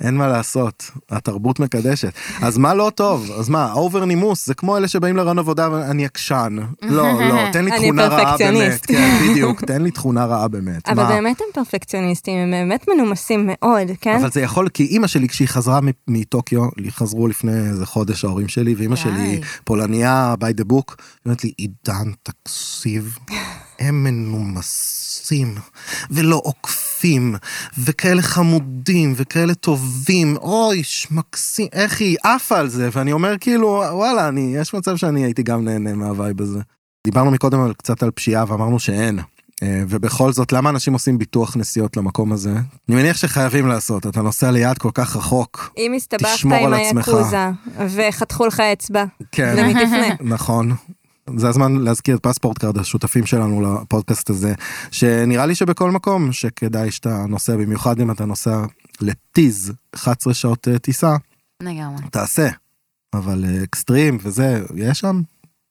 S1: אין מה לעשות, התרבות מקדשת. אז מה לא טוב? אז מה, אובר נימוס, זה כמו אלה שבאים לרעיון עבודה ואני עקשן. לא, לא, תן לי
S2: <laughs> אני
S1: תכונה רעה באמת.
S2: פרפקציוניסט.
S1: כן, בדיוק, תן לי תכונה רעה באמת.
S2: אבל
S1: מה?
S2: באמת הם פרפקציוניסטים, הם באמת מנומסים מאוד, כן?
S1: אבל זה יכול, כי אימא שלי כשהיא חזרה מ- מטוקיו, חזרו לפני איזה חודש ההורים שלי, ואימא
S3: די.
S1: שלי היא פולניה by the book, היא אומרת לי, עידן, תקשיב, הם מנומסים, ולא עוקפים, וכאלה חמודים, וכאלה טובים, אוי, שמקסים, איך היא עפה על זה, ואני אומר כאילו, וואלה, אני, יש מצב שאני הייתי גם נהנה מהווייב הזה. דיברנו מקודם על, קצת על פשיעה ואמרנו שאין. אה, ובכל זאת, למה אנשים עושים ביטוח נסיעות למקום הזה? אני מניח שחייבים לעשות, אתה נוסע ליעד כל כך רחוק.
S2: אם הסתבכת
S1: תשמור
S2: עם
S1: על עצמך.
S2: היקוזה וחתכו לך אצבע,
S1: כן.
S2: למי
S3: <laughs>
S2: תפנה?
S1: נכון. זה הזמן להזכיר את פספורט קארד, השותפים שלנו לפודקאסט הזה, שנראה לי שבכל מקום שכדאי שאתה נוסע, במיוחד אם אתה נוסע לטיז 11 שעות אה, טיסה,
S3: לגמרי.
S1: תעשה. אבל אה, אקסטרים וזה, יש שם?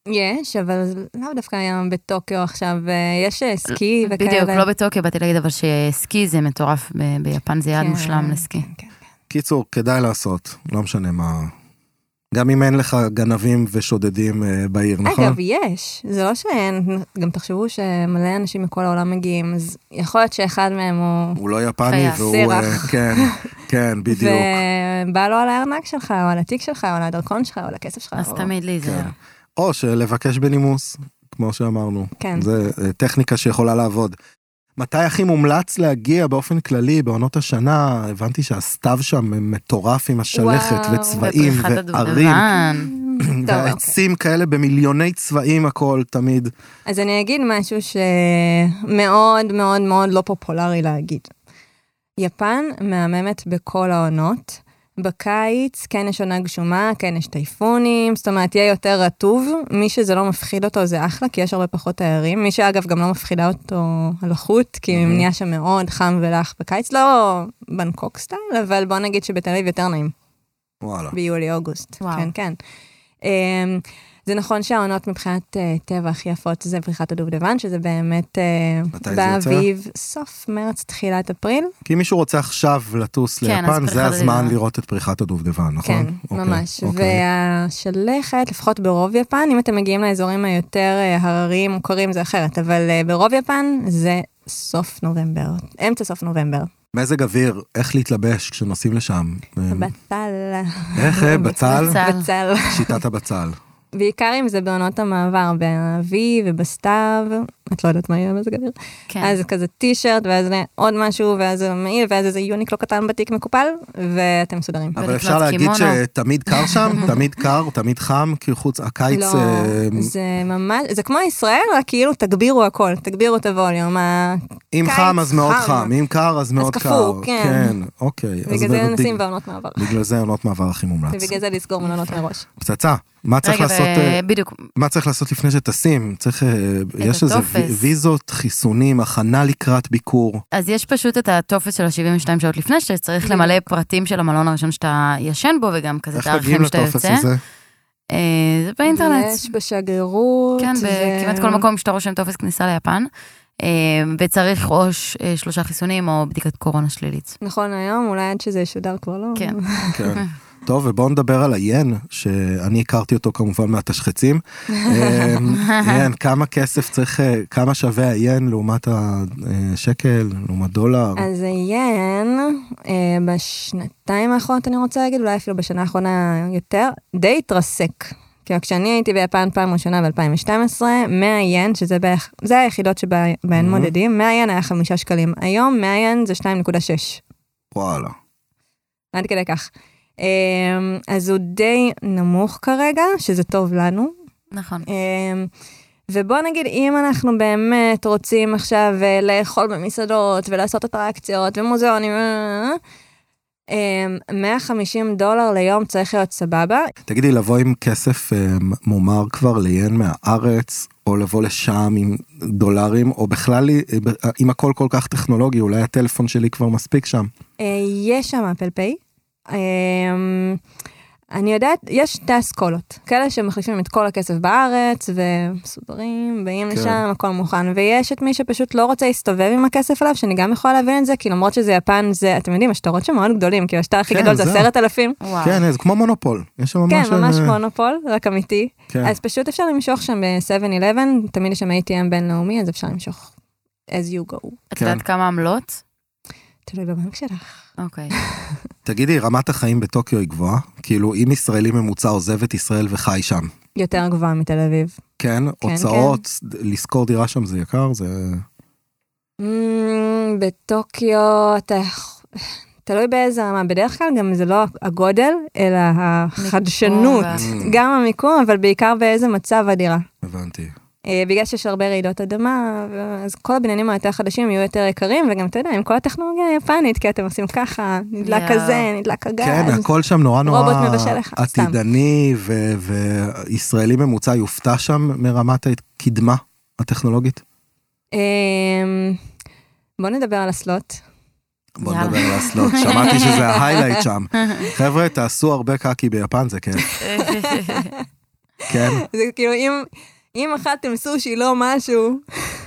S2: יש, אבל זה לאו דווקא היום בטוקיו עכשיו, אה, יש אה, סקי וכאלה.
S3: בדיוק, לא בטוקיו, באתי להגיד, אבל שסקי זה מטורף, ב- ביפן זה יעד
S2: כן.
S3: מושלם לסקי.
S2: כן, כן.
S1: קיצור, כדאי לעשות, לא משנה מה. גם אם אין לך גנבים ושודדים אה, בעיר, נכון?
S2: אגב, יש, זה לא שאין, גם תחשבו שמלא אנשים מכל העולם מגיעים, אז יכול להיות שאחד מהם הוא...
S1: הוא לא יפני
S3: חיה,
S1: והוא...
S2: סירח.
S1: אה, כן, כן, בדיוק.
S2: ובא לו על הארנק שלך, או על התיק שלך, או על הדרכון שלך, או על הכסף שלך.
S3: אז
S2: או-
S3: תמיד לי זה...
S1: כן. או שלבקש בנימוס, כמו שאמרנו.
S2: כן.
S1: זה אה, טכניקה שיכולה לעבוד. מתי הכי מומלץ להגיע באופן כללי בעונות השנה? הבנתי שהסתיו שם מטורף עם השלכת
S2: וואו,
S1: וצבעים
S3: ופריחת
S1: וערים, <laughs>
S3: הדובדבן.
S2: טוב, אוקיי.
S1: והעצים כאלה במיליוני צבעים הכל תמיד.
S2: אז אני אגיד משהו שמאוד מאוד מאוד לא פופולרי להגיד. יפן מהממת בכל העונות. בקיץ כן יש עונה גשומה, כן יש טייפונים, זאת אומרת, יהיה יותר רטוב. מי שזה לא מפחיד אותו זה אחלה, כי יש הרבה פחות תיירים. מי שאגב גם לא מפחידה אותו הלחות, כי נהיה שם מאוד חם ולח בקיץ. לא בנקוק סטייל, אבל בוא נגיד שבתל אביב יותר נעים.
S1: וואלה.
S2: ביולי-אוגוסט.
S3: וואו.
S2: כן, כן. אמ, זה נכון שהעונות מבחינת אה, טבע הכי יפות זה פריחת הדובדבן, שזה באמת אה,
S1: מתי זה יוצא?
S2: באביב, סוף מרץ, תחילת אפריל.
S1: כי אם מישהו רוצה עכשיו לטוס
S3: כן, אז
S1: ליפן, זה
S3: פריחת
S1: הזמן
S3: הדובדבן.
S1: לראות את פריחת הדובדבן, נכון?
S2: כן,
S1: אוקיי,
S2: ממש.
S1: אוקיי.
S2: והשלכת, לפחות ברוב יפן, אם אתם מגיעים לאזורים היותר אה, הרריים, מוכרים, זה אחרת, אבל אה, ברוב יפן זה סוף נובמבר, אמצע סוף נובמבר.
S1: מזג אוויר, איך להתלבש כשנוסעים לשם?
S2: בצל,
S1: איך,
S2: <laughs>
S1: אה, בצל?
S3: בצל.
S2: בצל.
S1: שיטת הבצל.
S2: בעיקר אם זה בעונות המעבר, באביב ובסתיו, את לא יודעת מה יהיה במזג אוויר.
S3: כן.
S2: אז זה כזה טישרט, ואז עוד משהו, ואז זה מעיל, ואז איזה יוניק לא קטן בתיק מקופל, ואתם מסודרים.
S1: אבל
S3: ולקנות
S1: אפשר להגיד
S3: קימונו.
S1: שתמיד קר
S2: <laughs>
S1: שם, תמיד קר, תמיד חם, כי חוץ, הקיץ...
S2: לא,
S1: אה,
S2: זה ממש, זה כמו ישראל, רק כאילו תגבירו הכל, תגבירו את הווליום. ה-
S1: אם
S2: קיץ,
S1: חם אז מאוד
S2: חם.
S1: חם, אם קר אז מאוד קר.
S2: קפוא, כן.
S1: אוקיי. אז
S2: בגלל זה
S1: בדיוק-
S2: נשים בעונות מעבר,
S1: בגלל זה עונות מעבר הכי מומלץ.
S2: ובגלל זה לסגור מלונות מראש.
S1: פצצה, מה צריך
S3: רגע,
S1: לעשות... אה,
S3: בדיוק,
S1: מה צריך לעשות לפני שטסים? צריך... אה, יש איזה
S3: הטופס.
S1: וי- ויזות, חיסונים, הכנה לקראת ביקור.
S3: אז יש פשוט את הטופס של ה-72 שעות לפני, שצריך למלא פרטים של המלון הראשון שאתה ישן בו, וגם כזה את
S1: איך מגיעים
S3: הערכים שאתה
S1: לטופס
S3: יוצא.
S1: הזה?
S3: אה, זה באינטרנט.
S2: יש בשגרירות.
S3: כן,
S2: ו-
S3: בכמעט כל מקום שאתה רושם טופס כניסה ליפן. אה, וצריך או ש- אה, שלושה חיסונים או בדיקת קורונה שלילית.
S2: נכון היום, אולי עד שזה ישודר כבר לא. <laughs>
S3: כן.
S1: כן. טוב, ובואו נדבר על היין, שאני הכרתי אותו כמובן מהתשחצים. אמ, יין, כמה כסף צריך, אה, כמה שווה היין לעומת השקל, לעומת דולר?
S2: אז יען, אה, בשנתיים האחרונות אני רוצה להגיד, אולי אפילו בשנה האחרונה יותר, די התרסק. כי כשאני הייתי ביפן פעם ראשונה ב-2012, 100 ין, שזה בערך, זה היחידות שבהן מודדים, 100 ין היה 5 שקלים. היום 100 ין זה 2.6,
S1: וואלה.
S2: עד כדי כך. אה, אז הוא די נמוך כרגע, שזה טוב לנו,
S3: נכון.
S2: אמ, ובוא נגיד, אם אנחנו באמת רוצים עכשיו אה, לאכול במסעדות ולעשות אטרקציות ומוזיאונים, אה, אה, אמ, 150 דולר ליום צריך להיות סבבה.
S1: תגידי, לבוא עם כסף אה, מומר כבר ליין מהארץ, או לבוא לשם עם דולרים, או בכלל, אה, ב- אה, אם הכל כל כך טכנולוגי, אולי הטלפון שלי כבר מספיק שם.
S2: אה, יש שם אפל פיי. אמ, אני יודעת, יש שתי אסכולות, כאלה שמחליפים את כל הכסף בארץ ומסודרים, באים
S1: כן.
S2: לשם, הכל מוכן, ויש את מי שפשוט לא רוצה להסתובב עם הכסף עליו, שאני גם יכולה להבין את זה, כי למרות שזה יפן, זה, אתם יודעים, השטרות שם מאוד גדולים, כאילו השטר הכי
S1: כן,
S2: גדול זה
S1: זהו.
S2: עשרת אלפים.
S3: וואו.
S1: כן, אה, זה כמו מונופול. יש שם ממש...
S2: כן, ממש
S1: אה,
S2: מונופול, רק אמיתי.
S1: כן.
S2: אז פשוט אפשר למשוך שם ב-7-11, תמיד יש שם ATM בינלאומי, אז אפשר למשוך as you go.
S3: את
S1: כן.
S3: יודעת כמה עמלות?
S2: תלוי בבנק שלך. <laughs>
S3: אוקיי.
S1: תגידי, רמת החיים בטוקיו היא גבוהה? כאילו, אם ישראלי ממוצע עוזב את ישראל וחי שם,
S2: יותר גבוהה מתל אביב.
S1: כן,
S2: כן.
S1: הוצאות, לשכור דירה שם זה יקר, זה...
S2: אמ, בטוקיו, אתה... תלוי באיזה רמה, בדרך כלל גם זה לא הגודל, אלא החדשנות,
S1: אה,
S3: מיקום
S2: אה, גם המיקום, אבל בעיקר באיזה מצב הדירה.
S1: הבנתי.
S2: אה, בגלל שיש הרבה רעידות אדמה, ו- אז כל הבניינים היותר חדשים יהיו יותר יקרים, וגם אתה יודע, עם כל הטכנולוגיה היפנית, כי אתם עושים ככה, נדלק
S3: יואו.
S2: הזה, נדלק הגז.
S1: כן, הכל שם נורא
S2: רובוט
S1: נורא
S2: מבשל לך, סתם.
S1: עתידני, ו- וישראלי ממוצע יופתע שם מרמת הקדמה הטכנולוגית.
S2: אמ, בוא נדבר על הסלוט.
S1: בוא
S3: יאללה.
S1: נדבר על הסלוט, שמעתי
S2: <laughs>
S1: שזה ההיילייט שם. חבר'ה, תעשו הרבה קקי ביפן, זה כיף. כן,
S2: זה כאילו, אם... אם אכלתם סושי, לא משהו,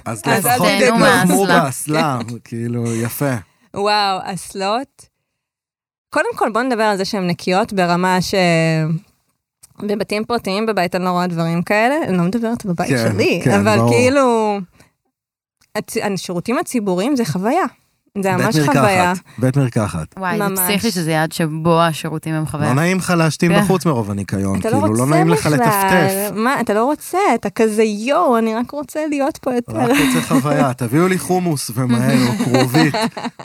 S1: אז
S2: אז אל
S1: לפחות
S3: תהנו
S1: תתנחמו
S3: מהאסלה.
S1: באסלה, כאילו, יפה.
S2: וואו, הסלוט. קודם כל, בוא נדבר על זה שהן נקיות ברמה ש... בבתים פרטיים בבית אני לא רואה דברים כאלה, אני לא מדברת על הבית
S1: כן,
S2: שלי,
S1: כן,
S2: אבל
S1: ברור.
S2: כאילו, הצ- השירותים הציבוריים זה חוויה. זה
S1: בית
S2: ממש חוויה.
S1: מרקחת, בית מרקחת.
S3: וואי, זה
S2: ממש.
S3: פסיכי שזה יעד שבו השירותים הם חוויה.
S1: לא נעים לך להשתין
S3: כן.
S1: בחוץ מרוב הניקיון,
S2: אתה לא
S1: כאילו
S2: רוצה
S1: לא נעים לך
S2: בכלל. <laughs>
S1: לטפטף.
S2: מה, אתה לא רוצה, אתה כזה יואו, אני רק רוצה להיות פה יותר.
S1: רק רוצה חוויה, תביאו לי חומוס ומהר, או כרובית,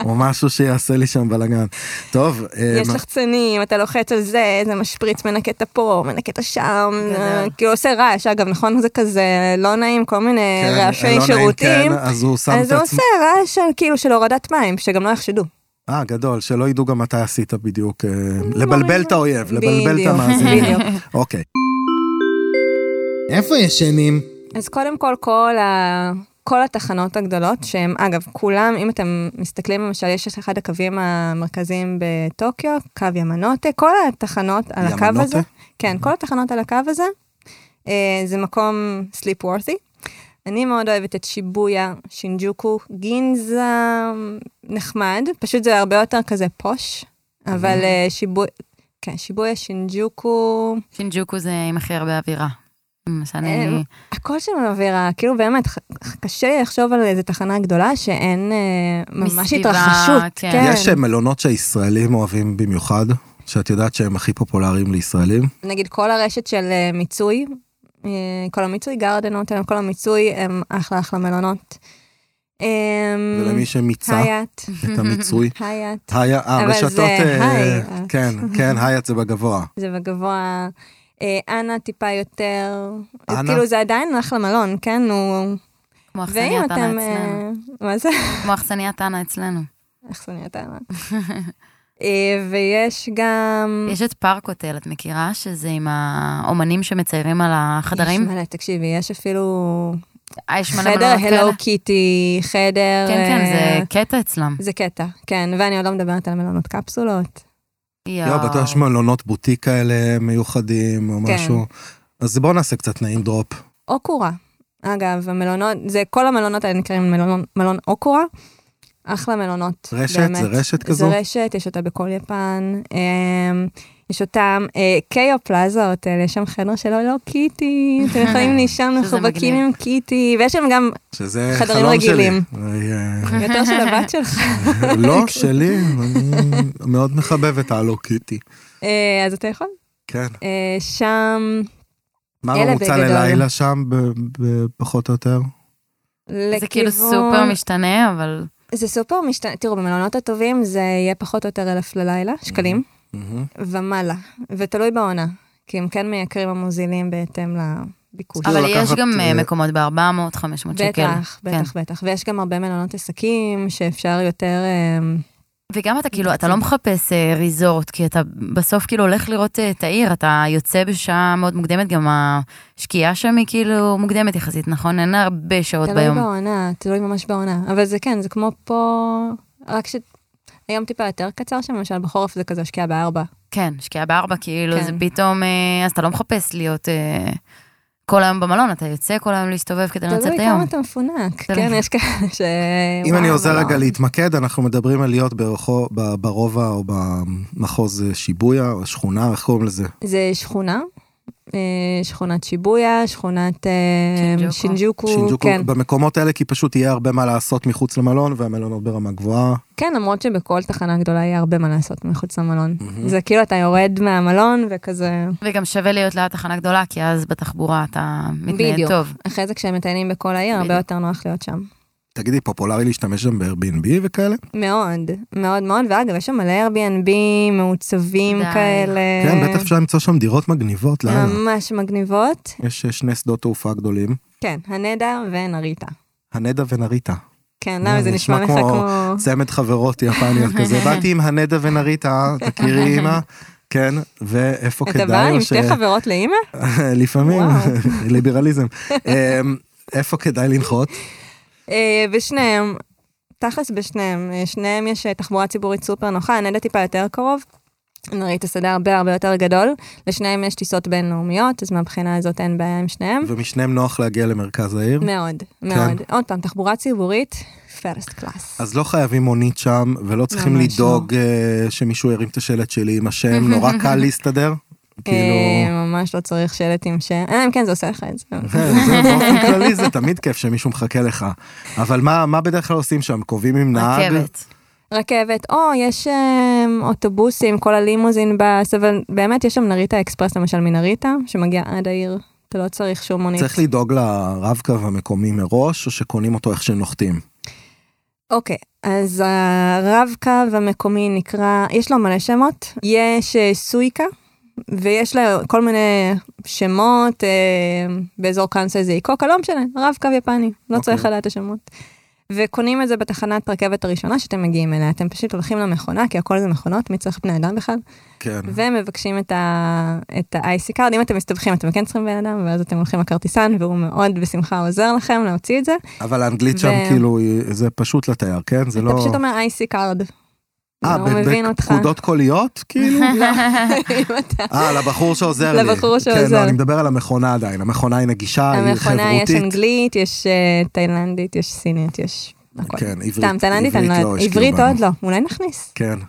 S1: או משהו שיעשה לי שם בלאגן. טוב, אה,
S2: יש
S1: מה-
S2: לחצנים, אתה לוחץ על זה, זה משפריץ, מנקה את הפה, מנקה את השם,
S3: גדול.
S2: אה, כאילו עושה רעש, אגב, נכון? זה כזה לא נעים, כל מיני
S1: כן,
S2: רעשי
S1: לא נעים,
S2: שירותים.
S1: כן, אז הוא שם
S2: אז
S1: את
S2: הוא
S1: עצמו.
S2: עושה רעש של כאילו של הורדת מים, שגם לא יחשדו.
S1: אה, גדול, שלא ידעו גם מתי עשית בדיוק, אה, לבלבל את האויב, לבלבל את
S2: בדיוק,
S1: המאזינים.
S2: בדיוק.
S1: אוקיי. איפה ישנים?
S2: אז קודם כל, כל, ה... כל התחנות הגדולות, שהם, אגב, כולם, אם אתם מסתכלים, למשל, יש את אחד הקווים המרכזיים בטוקיו, קו ימנוטה, כל התחנות על הקו
S1: ימנוטה?
S2: הזה, כן, כל התחנות על הקו הזה, אה, זה מקום sleep worthy. אני מאוד אוהבת את שיבויה, שינג'וקו, גינזה נחמד, פשוט זה הרבה יותר כזה פוש, אבל אה, שיבו... כן, שיבויה, שינג'וקו,
S3: שינג'וקו זה עם הכי הרבה אווירה. ממה שאני-
S2: אה, הכל שם על אווירה, כאילו באמת, ח- ח- קשה לי לחשוב על איזה תחנה גדולה שאין אה, ממש
S3: מסביבה,
S2: התרחשות.
S3: כן.
S2: כן.
S1: יש אה, מלונות שהישראלים אוהבים במיוחד, שאת יודעת שהם הכי פופולריים לישראלים?
S2: נגיד כל הרשת של אה, מיצוי, אה, כל המיצוי גרדן הוטל, כל המיצוי הם אחלה אחלה מלונות. אה,
S1: ולמי שמיצה
S2: היאט,
S1: את המיצוי.
S2: היאט,
S1: היה, אה,
S2: אבל זה
S1: רשתות, אה,
S2: היי.
S1: כן, כן, היית זה בגבוה.
S2: זה בגבוה. אה, אנה טיפה יותר,
S1: אנה?
S2: כאילו זה עדיין אחלה מלון, כן? הוא...
S3: כמו
S2: ואם
S3: אכסניית אנה
S2: אתם...
S3: אצלנו.
S2: אה, מה זה?
S3: כמו אכסניית אנה אצלנו.
S2: איך שונא
S3: <laughs>
S2: את אנה? אה, ויש גם...
S3: יש את פארק הוטל, את מכירה? שזה עם האומנים שמציירים על החדרים?
S2: יש מלא, תקשיבי, יש אפילו
S3: אה, יש מלא
S2: חדר
S3: מלונות כאלה.
S2: הלו קיטי, חדר...
S3: כן, כן,
S2: אה,
S3: זה קטע אצלם.
S2: זה קטע, כן, ואני עוד לא מדברת על מלונות קפסולות.
S1: לא, בטוח יש מלונות בוטיק כאלה מיוחדים או
S2: כן.
S1: משהו. אז בואו נעשה קצת נעים דרופ.
S2: אוקורה, אגב, המלונות, זה כל המלונות האלה נקראים מלון, מלון אוקורה. אחלה מלונות,
S1: רשת?
S2: באמת.
S1: זה רשת כזו?
S2: זה רשת, יש אותה בכל יפן. אמ, יש אותם, אה, קיו פלאזה הוטל, יש שם חדר של הלו קיטי, אתם
S3: <laughs>
S2: יכולים לישון
S3: שזה
S2: מחובקים
S3: מגניב.
S2: עם קיטי, ויש שם גם
S1: שזה
S2: חדרים
S1: חלום שלי.
S2: רגילים.
S1: אה,
S2: יותר של הבת
S3: <laughs>
S2: שלך.
S1: אה, לא, שלי, אני מאוד מחבב את הלו קיטי.
S2: אה, אז אתה יכול?
S1: כן.
S2: אה, שם,
S1: מה
S2: אלה
S1: ממוצע
S2: בגדול.
S1: ללילה שם, ב- ב- פחות או יותר?
S2: לכיוון...
S3: זה כאילו סופר משתנה, אבל...
S2: זה סופר משתנה, תראו, במלונות הטובים זה יהיה פחות או יותר אלף ללילה, שקלים,
S1: Mm-hmm.
S2: ומעלה, ותלוי בעונה, כי הם כן מייקרים המוזילים בהתאם לביקוש.
S1: כאילו
S3: אבל יש
S1: לקחת,
S3: גם אה,
S1: אה,
S3: מקומות ב-400, 500 שקל. כן.
S2: בטח, בטח, בטח, ויש גם הרבה מלונות עסקים שאפשר יותר... אמ,
S3: וגם אתה כאילו, אתה לא מחפש אה, ריזורט, כי אתה בסוף כאילו הולך לראות אה, את העיר, אתה יוצא בשעה מאוד מוקדמת, גם השקיעה שם היא כאילו מוקדמת יחסית, נכון? אין הרבה שעות
S2: תלוי
S3: ביום.
S2: בעונה, תלוי ממש בעונה, אבל זה כן, זה כמו פה, רק ש... היום טיפה יותר קצר שם, למשל בחורף זה כזה השקיעה בארבע.
S3: כן, שקיעה בארבע, כאילו,
S2: כן.
S3: זה פתאום, אה, אז אתה לא מחפש להיות אה, כל היום במלון, אתה יוצא כל היום להסתובב כדי לנצל
S2: תלוי
S3: את היום.
S2: כמה אתה מפונק,
S3: תלוי.
S2: כן, יש כאלה ש...
S1: אם
S2: וואו,
S1: אני עוזר
S2: לא.
S1: רגע להתמקד, אנחנו מדברים על להיות ברחוב- ב- ברובע או במחוז אה, שיבויה או שכונה, איך קוראים לזה?
S2: זה שכונה, אה, שכונת שיבויה, שכונת אה,
S3: שינג'וקו.
S2: שינג'וקו,
S1: שינג'וקו,
S2: כן.
S1: במקומות האלה, כי פשוט יהיה הרבה מה לעשות מחוץ למלון, והמלונות ברמה גבוהה.
S2: כן, למרות שבכל תחנה גדולה יהיה הרבה מה לעשות מחוץ למלון. זה כאילו אתה יורד מהמלון וכזה,
S3: וגם שווה להיות ליד תחנה גדולה, כי אז בתחבורה אתה מתנהל
S2: בדיוק.
S3: טוב.
S2: אחרי זה כשהם מטיילים בכל העיר, הרבה
S3: בדיוק.
S2: יותר נוח להיות שם.
S1: תגידי, פופולרי להשתמש גם ב-Airbnb וכאלה?
S2: אה. מאוד, מאוד מאוד, ואגב, יש שם מלא Airbnb מעוצבים
S3: די.
S2: כאלה.
S1: כן, בטח אפשר למצוא שם דירות מגניבות,
S2: אה.
S1: לאללה.
S2: ממש מגניבות.
S1: יש אה, שני שדות תעופה גדולים,
S2: כן, הנדה ונריטה.
S1: הנדה ונריטה. אה,
S2: כן, למה זה נשמע לך כמו...
S1: צמד חברות
S2: <laughs>
S1: יפניות כזה. באתי עם הנדה ונריטה, תכירי אימא. כן, ואיפה כדאי
S2: אתה בא
S1: או
S2: עם
S1: ש-
S2: שתי חברות לאימא?
S1: <laughs> לפעמים,
S2: וואו.
S1: <laughs>
S2: <laughs>
S1: ליברליזם. אמ, איפה כדאי לנחות?
S2: אה, בשניהם, תכלס בשניהם, אה, שניהם יש אה, תחבורה ציבורית סופר נוחה, הנדה טיפה יותר קרוב. נראית השדה הרבה הרבה יותר גדול, לשניהם יש טיסות בינלאומיות, אז מהבחינה הזאת אין בעיה עם שניהם.
S1: ומשניהם נוח להגיע למרכז העיר.
S2: מאוד,
S1: כן.
S2: מאוד. עוד פעם, תחבורה ציבורית, פרסט קלאס.
S1: אז לא חייבים מונית שם, ולא צריכים
S2: ממש לא.
S1: לדאוג אה, שמישהו ירים את השלט שלי עם השם, נורא
S2: <laughs>
S1: קל להסתדר. כאילו,
S2: ממש לא צריך שלט עם ש... אלא אם כן זה עושה לך את זה.
S1: זה- כן, זה- באופן כללי זה תמיד כיף שמישהו מחכה לך. אבל מה מה בדרך כלל עושים שם? קובעים עם נהג?
S3: רכבת.
S2: רכבת, או יש um, אוטובוסים, כל הלימוזין בסבל, באמת יש שם נריטה אקספרס למשל מנריטה, שמגיע עד העיר, אתה לא צריך שום מונית.
S1: צריך לדאוג לרב-קו המקומי מראש, או שקונים אותו איך שנוחתים.
S2: אוקיי, אז הרב-קו המקומי נקרא, יש לו מלא שמות, יש אה, סויקה, ויש לה כל מיני שמות, אה, באזור קאנסה זה איקוקה, לא משנה, רב-קו יפני, לא
S1: אוקיי.
S2: צריך לדעת את השמות. וקונים את זה בתחנת רכבת הראשונה שאתם מגיעים אליה, אתם פשוט הולכים למכונה, כי הכל זה מכונות, מי צריך בני אדם בכלל?
S1: כן.
S2: ומבקשים את ה- את ה-IC card, אם אתם מסתבכים אתם כן צריכים בן אדם, ואז אתם הולכים לכרטיסן, והוא מאוד בשמחה עוזר לכם להוציא את זה.
S1: אבל האנגלית שם
S2: ו-
S1: כאילו, היא- זה פשוט לתייר, כן? זה לא...
S2: אתה פשוט אומר IC card.
S1: אה,
S2: הוא מבין אותך.
S1: בפקודות קוליות? כאילו?
S2: <laughs> אם אתה-
S1: אה, לבחור שעוזר לי.
S2: לבחור
S1: כן, לא,
S2: שעוזר.
S1: אני מדבר על המכונה עדיין. המכונה היא נגישה, אה, היא
S2: <laughs> המכונה יש
S1: חברותית.
S2: אנגלית, יש אה, תאילנדית, יש סינית, יש הכל.
S1: כן, עברית.
S2: סתם, תאילנדית, אני לא
S1: עברית
S2: יודעת.
S1: השקיעו
S2: עברית
S1: בנו.
S2: עוד לא, אולי נכניס.
S1: כן,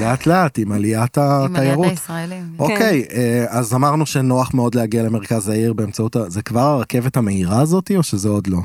S1: לאט לאט, עם עליית
S3: עם עליית
S2: כן.
S1: התיירות.
S3: הישראלים.
S1: אוקיי, אה, אז אמרנו שנוח מאוד להגיע למרכז העיר באמצעות ה... זה כבר הרכבת המהירה הזאתי, או שזה עוד לא?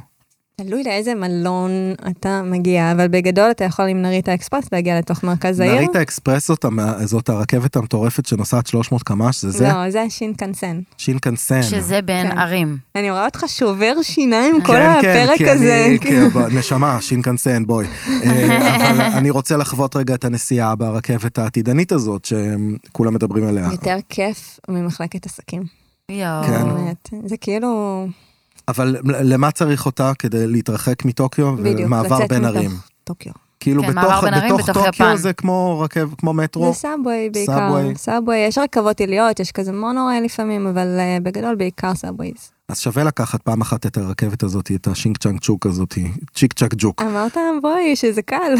S2: תלוי לאיזה מלון אתה מגיע, אבל בגדול אתה יכול עם נריטה אקספרס להגיע לתוך מרכז העיר.
S1: נריטה אקספרס זאת המ- זאת הרכבת המטורפת שנוסעת 300 קמ"ש, זה זה?
S2: לא, זה השינקנסן.
S1: שינקנסן.
S3: שזה בין
S2: כן.
S3: ערים.
S2: אני רואה אותך שובר שיניים כל
S1: כן, כן,
S2: הפרק
S1: כי
S2: הזה.
S1: אני-
S2: כאילו.
S1: כן, בוא, נשמה, שינקנסן, בואי. אה, אבל אני רוצה לחוות רגע את הנסיעה ברכבת העתידנית הזאת, שכולם מדברים עליה.
S2: יותר כיף ממחלקת עסקים.
S1: כן.
S3: יואו.
S2: באמת. זה כאילו...
S1: אבל למה צריך אותה כדי להתרחק מטוקיו?
S2: בדיוק,
S1: ומעבר
S2: לצאת
S1: בין
S2: מתוך
S1: ערים.
S2: טוקיו.
S1: כאילו
S3: כן,
S1: בתוך,
S3: מעבר בין ערים,
S1: בתוך
S3: בתוך
S1: טוקיו
S3: יפן.
S1: זה כמו רכב, כמו מטרו.
S2: זה סאבווי בעיקר.
S1: סאבווי.
S2: סאבווי, יש רכבות עיליות, יש כזה מונורי לפעמים, אבל אה, בגדול בעיקר סאבווייז.
S1: אז שווה לקחת פעם אחת את הרכבת הזאת, את השינק צ'אנק צ'וק הזאת, צ'יק צ'אק
S2: <laughs>
S1: ג'וק.
S2: אמרת, בואי, שזה קל.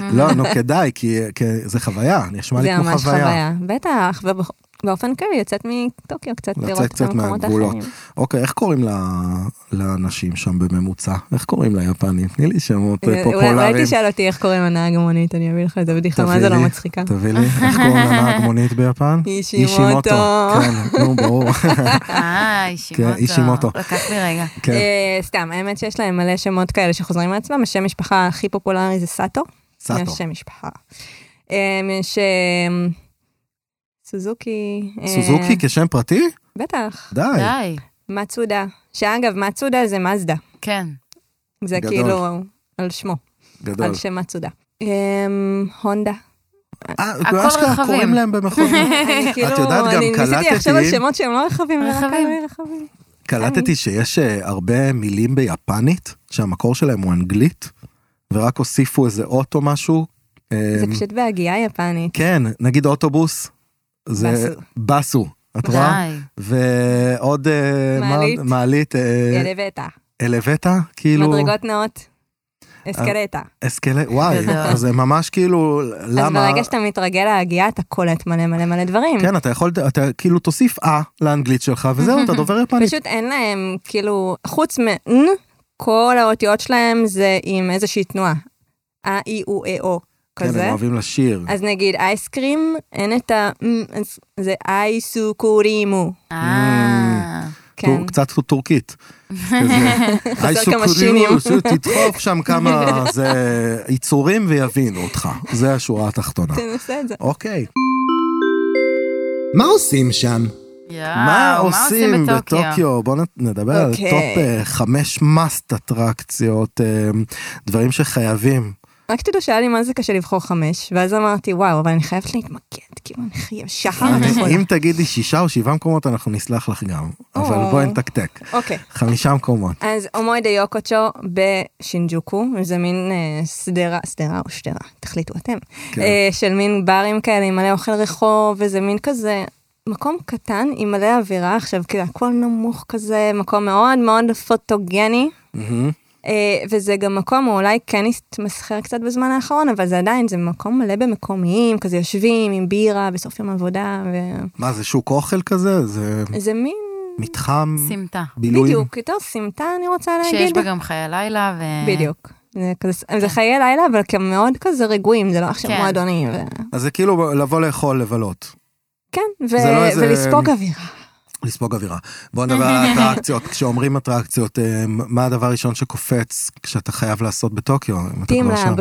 S1: לא, נו, כדאי, כי, כי זה חוויה, נשמע לי
S2: זה
S1: כמו
S2: ממש
S1: חוויה.
S2: חוויה. בטח, ובח- באופן כללי יוצאת מטוקיו קצת
S1: לצאת
S2: לראות את
S1: קצת
S2: המקומות
S1: מהגבולות.
S2: האחרים.
S1: אוקיי, איך קוראים ל- לאנשים שם בממוצע? איך קוראים ליפנים? תני לי שמות
S2: אה, אולי- אולי
S1: פופולריים.
S2: תשאל אותי איך קוראים לנהג המונית, אני אביא לך איזה בדיחה, מה
S1: תביא
S2: זה לא
S1: לי,
S2: מצחיקה.
S1: תביא
S2: <laughs>
S1: לי, איך קוראים לנהג מונית ביפן?
S2: אישימוטו.
S1: כן, נו, ברור.
S2: <laughs>
S3: אה, אישימוטו.
S1: כן, אישימוטו.
S3: לקח לי רגע.
S1: כן,
S2: אה, סתם, האמת שיש להם מלא שמות כאלה שחוזרים מעצמם, השם משפחה הכי פופולרי זה סאטו. יש
S1: סאטו.
S2: שם משפחה. אמ, יש אמ, סוזוקי. אה,
S1: סוזוקי כשם פרטי?
S2: בטח.
S1: די.
S3: די.
S2: מצודה. שאגב, מצודה זה מזדה.
S3: כן.
S2: זה
S1: גדול.
S2: כאילו על שמו,
S1: גדול.
S2: על שם מצודה. אמ,
S1: <laughs>
S2: הונדה.
S1: אה,
S3: הכל
S1: אשכרה
S3: רכבים.
S1: קוראים להם במכונות.
S2: <laughs> אני כאילו,
S1: יודעת, גם
S2: אני ניסיתי
S1: קלטתי-
S2: לחשוב על שמות שהם לא רכבים, ורק
S3: רכבים.
S2: עלי רכבים.
S1: קלטתי שיש אה, הרבה מילים ביפנית שהמקור שלהם הוא אנגלית ורק הוסיפו איזה אות או משהו.
S2: זה
S1: אה,
S2: פשוט בהגייה יפנית.
S1: כן, נגיד אוטובוס. זה
S2: בסו.
S1: בסו. את רואה? Mm.
S3: די.
S1: ועוד אה, מה-
S2: מעלית.
S1: מעלית אה,
S2: אלווטה.
S1: אלווטה כאילו אה,
S2: מדרגות נאות. אסקלטה.
S1: אסקלט וואי
S3: גדול.
S1: אז זה ממש כאילו
S2: אז
S1: למה
S2: ברגע שאתה מתרגל להגייה, אתה קולט מלא מלא מלא דברים.
S1: כן אתה יכול אתה כאילו תוסיף אה לאנגלית שלך וזהו
S2: <laughs>
S1: אתה דובר יפנית
S2: פשוט אין להם, כאילו, חוץ מ-נ, כל האותיות שלהם זה עם איזושהי תנועה. א, אי, או, אה, או,
S1: כן הם
S2: כזה.
S1: אוהבים לשיר
S2: אז נגיד אייסקרים, אין את ה... מ, אז זה אייסוקורימו.
S3: אה.
S1: טור-
S2: כן.
S1: קצת טורקית.
S2: <laughs>
S1: כזה. היי,
S2: כמה
S1: סוכריות,
S2: שינים.
S1: תדחוף שם
S2: <laughs>
S1: כמה זה יצורים ויבינו אותך זה השורה התחתונה
S2: תנסה את <laughs> זה.
S1: אוקיי
S4: מה עושים שם?
S3: יואו,
S1: מה עושים בטוקיו בוא נ- נדבר על
S2: אוקיי.
S1: טופ אה, חמש מאסט אטרקציות אה, דברים שחייבים
S2: רק תדעו שהיה לי מה זה קשה לבחור חמש, ואז אמרתי, וואו, אבל אני חייבת להתמקד, כאילו, אני חייבת שחר.
S1: אני-
S2: אני יכולה."
S1: אם תגידי שישה או שבעה מקומות אנחנו נסלח לך גם אבל
S2: או.
S1: בואי נתקתק
S2: אוקיי.
S1: חמישה מקומות
S2: אז אומוידה יוקוצ'ו בשינג'וקו, זה מין אה, שדרה, שדרה או שדרה, תחליטו אתם,
S1: כן.
S2: אה, של מין ברים כאלה עם מלא אוכל רחוב, וזה מין כזה מקום קטן עם מלא אווירה עכשיו, כאילו הכל נמוך כזה, מקום מאוד מאוד פוטוגני.
S1: מהמם.
S2: אה, וזה גם מקום, הוא אולי כן התמסחר קצת בזמן האחרון, אבל זה עדיין, זה מקום מלא במקומיים, כזה יושבים עם בירה בסוף יום עבודה,
S1: מה זה שוק אוכל כזה זה
S2: וזה מין,
S1: מתחם
S3: סמטה.
S1: בילוי
S2: בדיוק, יותר סמטה אני רוצה להגיד.
S3: שיש בה גם חיי לילה ו...
S2: אה, בדיוק. זה, כזה, זה חיי לילה, אבל כ- מאוד כזה רגועים, זה לא עכשיו
S3: כן.
S2: מועדונים. ו...
S1: אז זה כאילו לבוא לאכול לבלות.
S2: כן, ו...
S1: זה לא איזה-
S2: ולספוג אווירה.
S1: לספוג אווירה. בוא נדבר על אטרקציות. כשאומרים אטרקציות, אה, מה הדבר הראשון שקופץ כשאתה חייב לעשות בטוקיו? אם אתה כבר שם?
S2: טימלאב.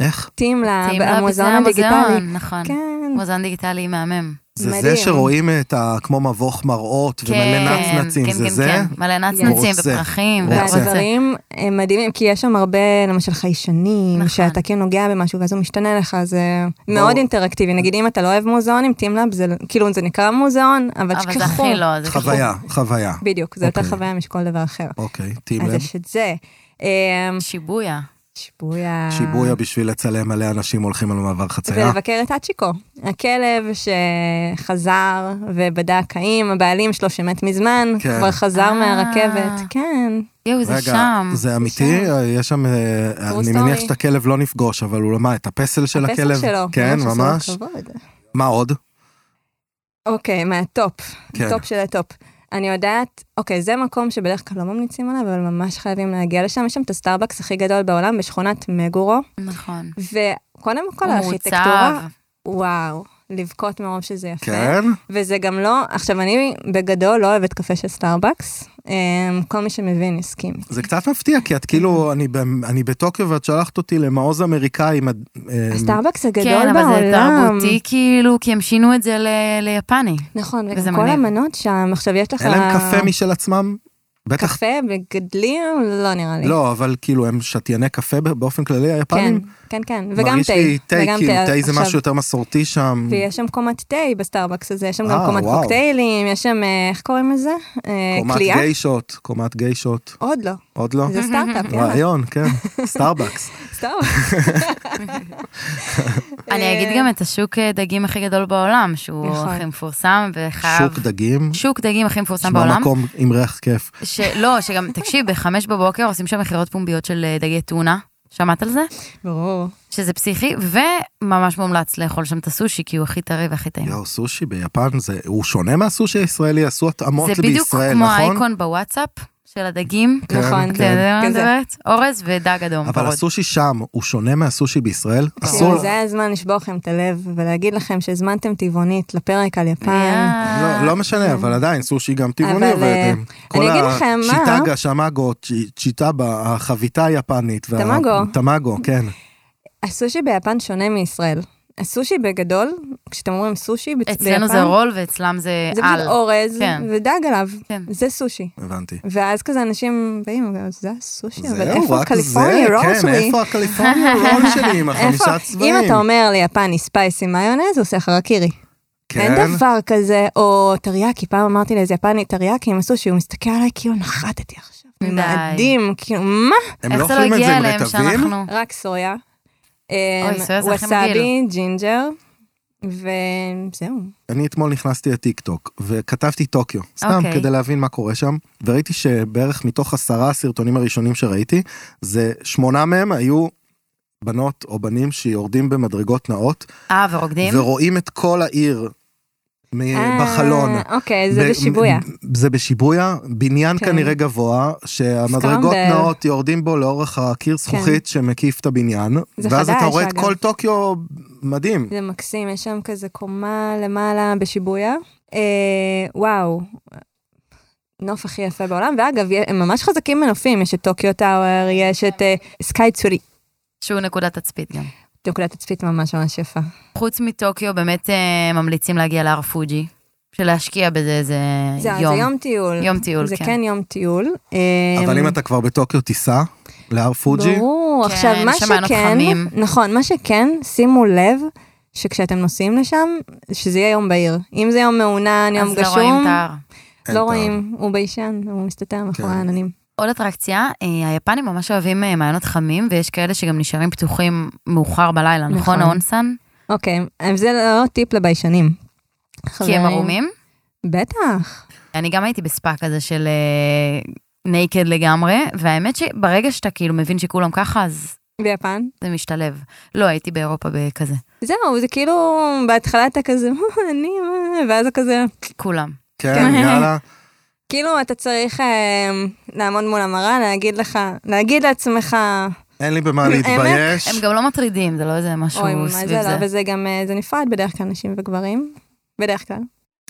S1: איך?
S2: טימלה,
S3: טעים לה
S2: במוזיאון
S3: בזה
S2: אה, הדיגיטלי.
S3: המוזיאון, נכון.
S2: כן,
S3: מוזיאון דיגיטלי מהמם.
S1: זה זה
S2: מדהים.
S1: שרואים את ה... כמו מבוך מראות
S3: כן,
S1: ומלא נצנצים,
S3: כן,
S1: זה
S3: כן,
S1: זה?
S3: כן, מלא נצנצים
S1: רוצה.
S3: ופרחים.
S1: רוצה.
S3: והכל זה.
S2: לא והדברים הם מדהימים, כי יש שם הרבה, למשל חיישנים,
S3: נכון.
S2: שאתה כן נוגע במשהו ואז הוא משתנה לך, זה מאוד
S1: ברור.
S2: אינטראקטיבי. נגיד אם אתה לא אוהב מוזיאונים, טימלאב זה כאילו זה נקרא מוזיאון, אבל
S3: אבל זה
S2: תשכחו.
S3: הכי לא, זה כאילו-
S1: חוויה, חוויה.
S2: בדיוק, זה יותר
S1: אוקיי.
S2: חוויה משכל דבר אחר.
S1: אוקיי, שים
S2: אז
S1: לב.
S2: יש את זה. אמ,
S3: שיבויה.
S2: שיבויה.
S1: שיבויה בשביל לצלם מלא אנשים הולכים על מעבר חצייה.
S2: ולבקר את אצ'יקו, הכלב שחזר ובדק האם הבעלים שלו שמת מזמן,
S1: כן.
S2: כבר חזר
S3: אה.
S2: מהרכבת, כן,
S3: יואו, זה שם.
S1: זה אמיתי? יש שם, אה, אני
S2: story.
S1: מניח שאת הכלב לא נפגוש, אבל הוא לא, מה, את הפסל של הכלב?
S2: הפסל שלו,
S1: כן,
S2: עשו לו
S1: ממש.
S2: כבוד.
S1: מה עוד?
S2: אוקיי, מהטופ,
S1: כן.
S2: טופ של הטופ. אני יודעת, אוקיי, זה מקום שבדרך כלל לא ממליצים עליו, אבל ממש חייבים להגיע לשם. יש שם את הסטארבקס הכי גדול בעולם בשכונת מגורו,
S3: נכון.
S2: וקודם כל
S3: הוא
S2: הארכיטקטורה,
S3: מעוצב.
S2: וואו, לבכות מרוב שזה יפה.
S1: כן?
S2: וזה גם לא, עכשיו אני בגדול לא אוהבת קפה של סטארבקס, אמ, כל מי שמבין הסכים.
S1: זה קצת מפתיע, כי את כאילו, אני ב- אני בטוקיו ואת שלחת אותי למעוז אמריקאי עם... הד- אה,
S2: הסטארבקס הגדול
S3: כן,
S2: בעולם.
S3: אבל זה תרבותי כאילו, כי הם שינו את זה ל- ליפני.
S2: נכון,
S3: וזה
S2: וגם כל
S3: מגניב.
S2: המנות שם, עכשיו יש לך...
S1: אין להם קפה משל עצמם? בטח.
S2: קפה בגדלים? לא נראה לי.
S1: לא, אבל כאילו הם שתייני קפה ב- באופן כללי,
S2: כן,
S1: היפנים?
S2: כן, כן, וגם
S1: מרגיש
S2: תה.
S1: לי תה,
S2: וגם
S1: כאילו,
S2: תה.
S1: תה זה
S2: עכשיו,
S1: משהו יותר מסורתי שם.
S2: ויש שם קומת תה בסטארבקס הזה, יש שם גם
S1: אה,
S2: קומת
S1: וואו.
S2: קוקטיילים, יש שם, אה, איך קוראים לזה? אה,
S1: קומת
S2: קליעה?
S1: גיישות, קומת גיישות.
S2: עוד לא,
S1: עוד לא?
S2: זה סטארט-אפ, יאללה,
S1: רעיון, כן.
S2: <laughs>
S1: סטארבקס.
S2: סטארבקס.
S3: אני אגיד גם את השוק אה, דגים הכי גדול בעולם, שהוא
S2: נכון.
S3: הכי מפורסם וחייב...
S1: שוק דגים.
S3: שוק דגים הכי מפורסם
S1: נשמע
S3: בעולם.
S1: מקום עם ריח כיף.
S3: שלא, שגם,
S2: <laughs>
S3: תקשיב, בחמש בבוקר עושים שם מכירות פומביות של אה, דגי טונה. שמעת על זה?
S2: ברור.
S3: שזה פסיכי, וממש מומלץ לאכול שם את הסושי, כי הוא הכי טרי והכי טעים.
S1: יואו, סושי ביפן, זה, הוא שונה מהסושי הישראלי, עשו התאמות
S3: זה בדיוק
S1: בישראל,
S3: כמו
S1: נכון?
S3: האייקון בוואטסאפ של הדגים.
S1: כן,
S2: נכון.
S3: אתה יודע מה אני
S2: כזה.
S3: מדברת? אורז ודג אדום,
S1: אבל
S3: ורוד.
S1: הסושי שם, הוא שונה מהסושי בישראל? אסור...
S2: כאילו, זה היה הזמן לשבור לכם את הלב ולהגיד לכם שהזמנתם טבעונית לפרק על יפן.
S1: לא, לא משנה, אבל עדיין, סושי גם טבעוני
S2: אבל,
S1: עובד.
S2: אה, אני אגיד לכם מה-
S1: שיטגה, שמאגו, צ'י- צ'יטאבה, החביתה היפנית. וה-
S2: תמאגו.
S1: תמאגו, כן.
S2: הסושי ביפן שונה מישראל. הסושי בגדול, כשאתם אומרים סושי ביפן,
S3: אצלנו זה רול ואצלם זה
S2: זה
S3: על.
S2: פשוט אורז
S3: כן.
S2: ודג עליו,
S3: כן.
S2: זה סושי.
S1: הבנתי.
S2: ואז כזה אנשים באים, זה הסושי, אבל
S1: זהו,
S2: כן, איפה
S1: רק זה,
S2: הקליפורניה רול
S1: כן,
S2: <laughs> שלי?
S1: איפה הקליפורניה רול שלי עם החמישה צבעים?
S2: אם אתה אומר ליפני ספייסי מיונז, הוא עושה חרקירי.
S1: כן.
S2: אין דבר כזה, או טריאקי, פעם אמרתי לאיזה יפני טריאקי עם הסושי, הוא מסתכל עליי כאילו נחתתי עכשיו.
S3: די.
S2: מאדים, כאילו, מה?
S1: הם לא
S3: איך זה לא
S1: אוכלים את זה
S3: הגיע
S1: עם
S3: אליהם
S1: רטבים?
S3: שאנחנו...
S2: רק סויה. אמ,
S3: אוי, סויה זה הכי
S2: ווסאבי, ג'ינג'ר, וזהו.
S1: אני אתמול נכנסתי לטיק טוק וכתבתי טוקיו, סתם
S3: אוקיי.
S1: okay. כדי להבין מה קורה שם, וראיתי שבערך מתוך עשרה הסרטונים הראשונים שראיתי, זה שמונה מהם היו בנות או בנים שיורדים במדרגות נאות,
S3: אה, ורוקדים?
S1: ורואים את כל העיר מ- בחלון.
S2: אה, אוקיי, זה
S1: ב-
S2: בשיבויה.
S1: מ- זה בשיבויה, בניין
S2: כן.
S1: כנראה גבוה, שהמדרגות
S2: סקרמבל. כן.
S1: נאות יורדים בו לאורך הקיר זכוכית שמקיף את הבניין,
S2: זה
S1: ואז אתה
S2: חדש,
S1: רואה את
S2: אגב.
S1: כל טוקיו מדהים.
S2: זה מקסים, יש שם כזה קומה למעלה בשיבויה. אה, וואו. נוף הכי יפה בעולם, ואגב, יה- הם ממש חזקים בנופים, יש את טוקיו טאוור, יש את אה, סקאי צורי,
S3: שהוא נקודת תצפית גם.
S2: נקודת תצפית ממש ממש יפה.
S3: חוץ מטוקיו, באמת אה, ממליצים להגיע להר פוג'י. שלהשקיע בזה זה
S2: זהו, זה
S3: יום.
S2: יום טיול.
S3: יום טיול,
S2: זה
S3: כן.
S2: כן יום טיול.
S1: אבל
S2: אה,
S1: אם אתה כבר בטוקיו, תיסע להר פוג'י.
S2: ברור,
S3: כן,
S2: עכשיו מה
S3: יש שם מעיינות
S2: שכן,
S3: חמים.
S2: נכון, מה שכן, שימו לב שכשאתם נוסעים לשם, שזה יהיה יום בהיר. אם זה יום מעונן, יום
S3: אז לא רואים
S2: גשום,
S3: את ההר.
S1: אין
S2: לא
S1: טעם.
S2: רואים, הוא ביישן, הוא מסתתר מאחורי
S1: כן.
S2: העננים.
S3: עוד אטרקציה, אה, היפנים ממש אוהבים אה, מעיינות חמים, ויש כאלה שגם נשארים פתוחים מאוחר בלילה, נכון,
S2: נכון.
S3: האונסן?
S2: אוקיי, אז זה לא טיפ לביישנים.
S3: כי
S2: חברים.
S3: הם ערומים.
S2: בטח.
S3: אני גם הייתי בספא כזה של נייקד לגמרי, והאמת שברגע שאתה כאילו מבין שכולם ככה, אז
S2: ביפן.
S3: זה משתלב. לא, הייתי באירופה בכזה,
S2: זהו, זה כאילו, בהתחלה אתה כזה, "מה, אני, מה?" ואז אתה כזה,
S3: כולם.
S1: כן, יאללה.
S2: כאילו אתה צריך אה, לעמוד מול המראה, להגיד לך, להגיד לעצמך,
S1: אין לי
S2: <laughs>
S1: במה להתבייש.
S3: הם גם לא מטרידים, זה לא איזה משהו
S2: אוי, מה זה
S3: סביב
S2: לא,
S3: זה.
S2: וזה גם, אה, זה נפרד בדרך כלל נשים וגברים. בדרך כלל.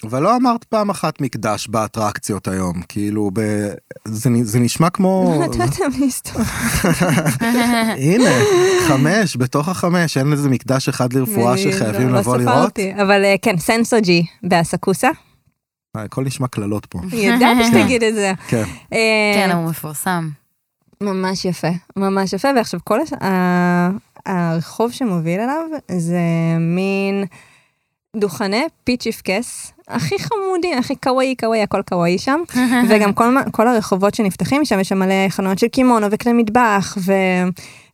S1: אבל לא אמרת פעם אחת מקדש באטרקציות היום, כאילו, ב... זה, נ- זה נשמע
S2: <laughs>
S1: כמו...
S2: נתת לי סתם.
S1: הנה, חמש, בתוך החמש, אין איזה מקדש אחד לרפואה שחייבים
S2: לא
S1: לבוא
S2: ספר
S1: לראות.
S2: אותי. אבל אה, כן, סנסוג'י
S1: <laughs>
S2: באסקוסה.
S1: אה, הכל נשמע קללות פה.
S2: ידעתי שתגיד את זה.
S1: כן.
S2: אה,
S3: כן, הוא מפורסם.
S2: ממש יפה, ממש יפה, ועכשיו כל הש... ה- הרחוב שמוביל אליו זה מין דוכני פיצ' יפקס, הכי חמודי, הכי קוואי קוואי, הכל קוואי שם, וגם כל, מה- כל הרחובות שנפתחים שם, יש שם מלא חנויות של קימונו וכלי מטבח, ו...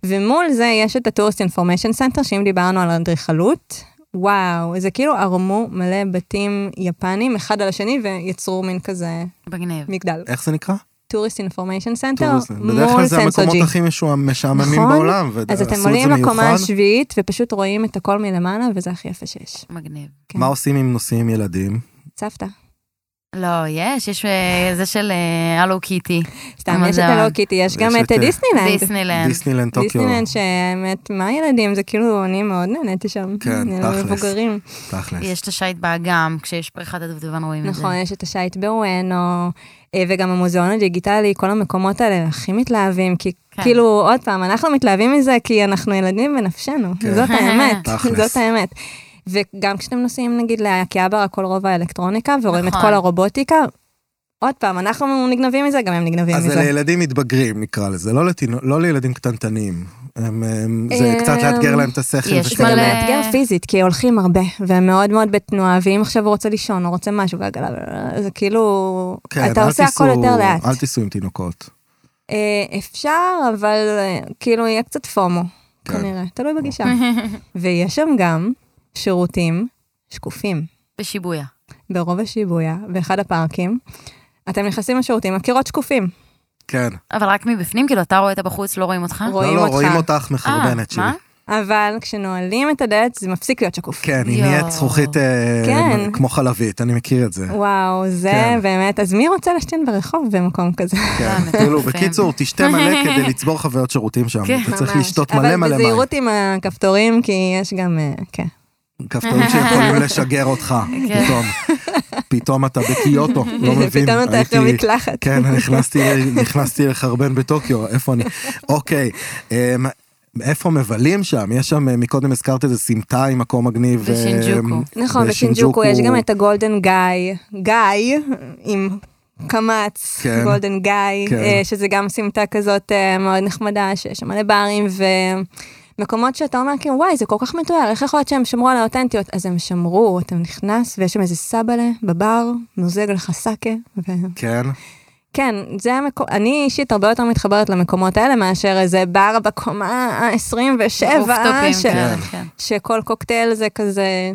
S2: ומול זה יש את הטוריסט אינפורמיישן סנטר, שאם דיברנו על אדריכלות, וואו, זה כאילו ערמו מלא בתים יפנים אחד על השני ויצרו מין כזה
S3: בגניב.
S2: מגדל.
S1: איך זה נקרא?
S2: טוריסט אינפורמיישן סנטר
S1: טוב, זה- בדרך כלל
S2: מול
S1: זה המקומות
S2: סנסוג'י.
S1: הכי משועמם- משעממים
S2: נכון?
S1: בעולם, ועשו את
S2: אז
S1: זה
S2: אתם עולים לקומה
S1: מיוחד.
S2: השביעית ופשוט רואים את הכל מלמעלה וזה הכי יפה שיש.
S3: מגניב.
S2: כן.
S1: מה עושים אם נוסעים ילדים?
S2: סבתא.
S3: לא, יש, יש אה, זה של אה, הלו קיטי,
S2: סתם,
S3: אבל
S2: יש את
S3: זה ה-
S2: הלא קיטי, יש גם
S1: יש
S2: את
S1: את, אה,
S2: דיסנילנד.
S3: דיסנילנד.
S1: דיסנילנד טוקיו,
S2: כן. דיסנילנד שהאמת, מה ילדים? זה כאילו, אני מאוד נהניתי שם.
S1: כן,
S2: אני לא
S1: תכלס.
S2: מבוגרים.
S1: תכלס.
S3: יש את השייט באגם, כשיש פריחת הדובדבן רואים את זה.
S2: נכון,
S1: אוקיי.
S2: יש את השייט בוואנו, אה, וגם המוזיאון הדיגיטלי, כל המקומות האלה הכי מתלהבים, כי
S3: כן.
S2: כאילו, עוד פעם, אנחנו מתלהבים מזה כי אנחנו ילדים בנפשנו,
S1: כן. <laughs>
S2: זאת האמת,
S1: תכלס.
S2: זאת האמת. וגם כשאתם נוסעים נגיד לאקיאברה, כל רובע האלקטרוניקה, ורואים את
S3: נכון.
S2: כל הרובוטיקה, עוד פעם, אנחנו נגנבים מזה, גם הם נגנבים
S1: אז זה
S2: מזה.
S1: לילדים מתבגרים נקרא לזה, לא, לתינוק- לא לילדים קטנטנים. הם, הם, זה
S2: אה,
S1: קצת לאתגר להם את השכל.
S3: יש
S2: זה
S1: וכאלה.
S2: גם
S3: מלא-
S2: מאתגר פיזית, כי הולכים הרבה, והם מאוד מאוד בתנועה, ואם עכשיו הוא רוצה לישון, הוא רוצה משהו, והגלה, זה כאילו,
S1: כן,
S2: אתה
S1: אל
S2: עושה הכל
S1: תיסעו-
S2: יותר לאט.
S1: אל תיסעו עם תינוקות.
S2: אה, אפשר, אבל אה, כאילו יהיה קצת פומו,
S1: כן.
S2: כנראה, תלוי
S1: <laughs>
S2: בגישה. ויש שם גם שירותים שקופים
S3: בשיבויה.
S2: ברוב השיבויה, באחד הפארקים. אתם נכנסים לשירותים, הקירות שקופים,
S1: כן.
S3: אבל רק מבפנים, כאילו, אתה רואה את הבחוץ, לא רואים אותך?
S2: רואים
S1: לא, לא,
S2: אותך.
S1: רואים אותך מחרבנת
S3: אה,
S1: שלי.
S3: מה?
S2: אבל כשנועלים את הדלת זה מפסיק להיות שקוף.
S1: כן, היא
S3: יואו.
S1: נהיית זכוכית אה,
S2: כן.
S1: כמו חלבית, אני מכיר את זה.
S2: וואו, זה
S1: כן.
S2: באמת, אז מי רוצה לשתן ברחוב במקום כזה?
S1: כן,
S3: אה,
S1: כאילו,
S3: מטורפים.
S1: בקיצור, תשתה
S2: <laughs>
S1: מלא כדי לצבור חוויות שירותים שם.
S3: כן.
S1: אתה צריך
S2: ממש.
S1: לשתות מלא מלא
S2: אבל
S1: מים.
S2: בזהירות עם הכפתורים, כי יש גם, אה, כן.
S1: כפתורים
S2: <laughs>
S1: שיכולים לשגר אותך,
S3: כן.
S1: פתאום. פתאום אתה בקיוטו,
S2: <laughs>
S1: לא מבין.
S2: פתאום אתה
S1: הייתי-
S2: אחרי מקלחת.
S1: כן, אני נכנסתי, נכנסתי לחרבן בטוקיו, איפה אני? אוקיי, אמ, איפה מבלים שם? יש שם, אה, מקודם הזכרת איזה סמטה עם מקום מגניב.
S3: בשינג'וקו.
S1: אמ,
S2: נכון, בשינג'וקו יש גם את הגולדן גיא, גיא עם קמץ,
S1: כן.
S2: גולדן גיא,
S1: כן.
S2: אה, שזה גם סמטה כזאת אה, מאוד נחמדה, שיש שם מלא ברים ומקומות שאתה אומר כאילו, וואי, זה כל כך מתואר, איך יכול להיות שהם שמרו על האותנטיות? אז הם שמרו, אתה נכנס ויש שם איזה סבאלה בבר, מוזג לך סאקה, ו-
S1: כן,
S2: כן, זה המקום, אני אישית הרבה יותר מתחברת למקומות האלה מאשר איזה בר בקומה
S3: רופטופים,
S2: ה-27, ש...
S3: כן, כן.
S2: שכל קוקטייל זה כזה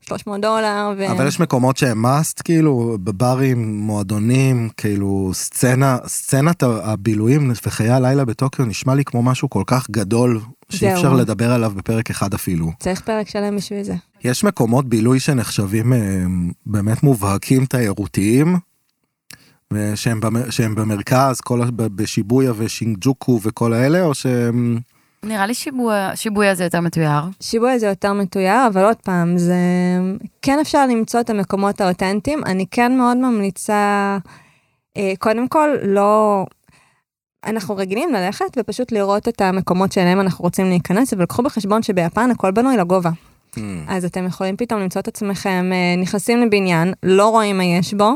S2: 300 דולר. ו...
S1: אבל יש מקומות שהם must, כאילו, בברים, מועדונים, כאילו, סצנה, סצנת ה- הבילויים וחיי הלילה בטוקיו נשמע לי כמו משהו כל כך גדול, שאי
S2: זהו.
S1: אפשר לדבר עליו בפרק אחד אפילו.
S2: צריך פרק שלם בשביל זה.
S1: יש מקומות בילוי שנחשבים אה, באמת מובהקים תיירותיים, אה, שהם, במ, שהם במרכז, כל, ה- ב- בשיבויה ושינג'וקו וכל האלה, או שהם...
S3: נראה לי שיבויה- שיבויה זה יותר מתויר.
S2: שיבויה זה יותר מתויר, אבל עוד פעם, זה... כן אפשר למצוא את המקומות האותנטיים. אני כן מאוד ממליצה, אה, קודם כל, לא... אנחנו רגילים ללכת ופשוט לראות את המקומות שאליהם אנחנו רוצים להיכנס, אבל קחו בחשבון שביפן הכל בנוי לגובה. אז אתם יכולים פתאום למצוא את עצמכם אה, נכנסים לבניין, לא רואים מה יש בו,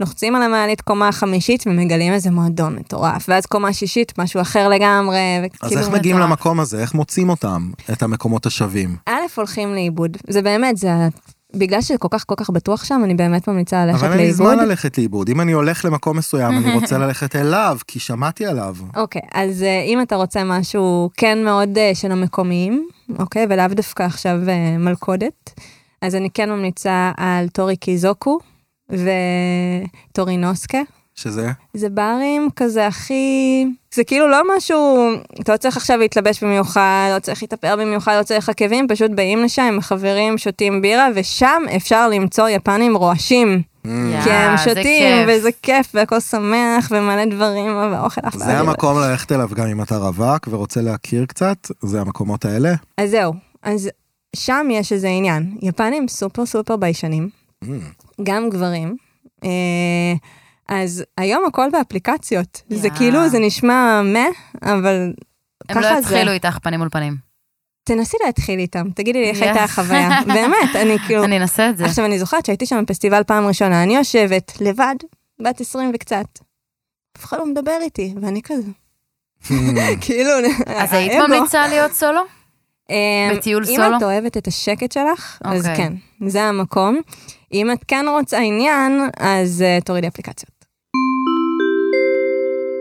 S2: לוחצים על המעלית קומה חמישית ומגלים איזה מועדון מטורף, ואז קומה שישית, משהו אחר לגמרי,
S1: אז
S2: וכאילו...
S1: איך מגיעים
S3: מטורף.
S1: למקום הזה? איך מוצאים אותם, את המקומות השווים?
S2: א', הולכים לאיבוד, זה באמת, זה... בגלל שזה כל כך כל כך בטוח שם, אני באמת ממליצה ללכת
S1: אבל
S2: לאיבוד.
S1: אין לי זמן ללכת לאיבוד. אם אני הולך למקום מסוים, אני
S2: <laughs>
S1: רוצה ללכת אליו, כי שמעתי עליו.
S2: אוקיי, אז אה, אם אתה רוצה משהו כן מאוד אה, של המקומיים, אוקיי, ולאו דווקא עכשיו אה, מלכודת, אז אני כן ממליצה על טורי קיזוקו וטורינוסקה.
S1: שזה?
S2: זה ברים כזה הכי... זה כאילו לא משהו, אתה לא צריך עכשיו להתלבש במיוחד, לא צריך להתאפר במיוחד, לא צריך עקבים, פשוט באים לשם עם החברים, שותים בירה, ושם אפשר למצוא יפנים רועשים.
S1: Hmm.
S3: יאה,
S2: כי הם
S3: אה, זה
S2: שותים,
S3: כיף.
S2: וזה כיף, והכל שמח, ומלא דברים, ואוכל אחלה.
S1: זה המקום ללכת אליו גם אם אתה רווק ורוצה להכיר קצת, זה המקומות האלה.
S2: אז זהו, אז שם יש איזה עניין. יפנים סופר סופר ביישנים. גם גברים. אה, אז היום הכל באפליקציות. זה כאילו, זה נשמע מה, אבל
S3: הם לא
S2: ככה זה.
S3: יתחילו איתך פנים מול פנים.
S2: תנסי להתחיל איתם, תגידי לי איך הייתה
S3: יא. <laughs>
S2: החוויה. באמת, אני כאילו...
S3: אני אנסה את זה.
S2: עכשיו, אני זוכרת שהייתי שם בפסטיבל פעם ראשונה, אני יושבת לבד, בת 20 וקצת. אף אחד לא מדבר איתי, ואני כזה,
S3: <laughs>
S2: כאילו,
S3: אז היית
S2: האגו.
S3: ממליצה להיות סולו? כן,
S2: אמ,
S3: בטיול
S2: אם
S3: סולו?
S2: את אוהבת את השקט שלך, אז
S3: אוקיי.
S2: כן, זה המקום. אם את כן רוצה עניין, אז אה, תורידי אפליקציות.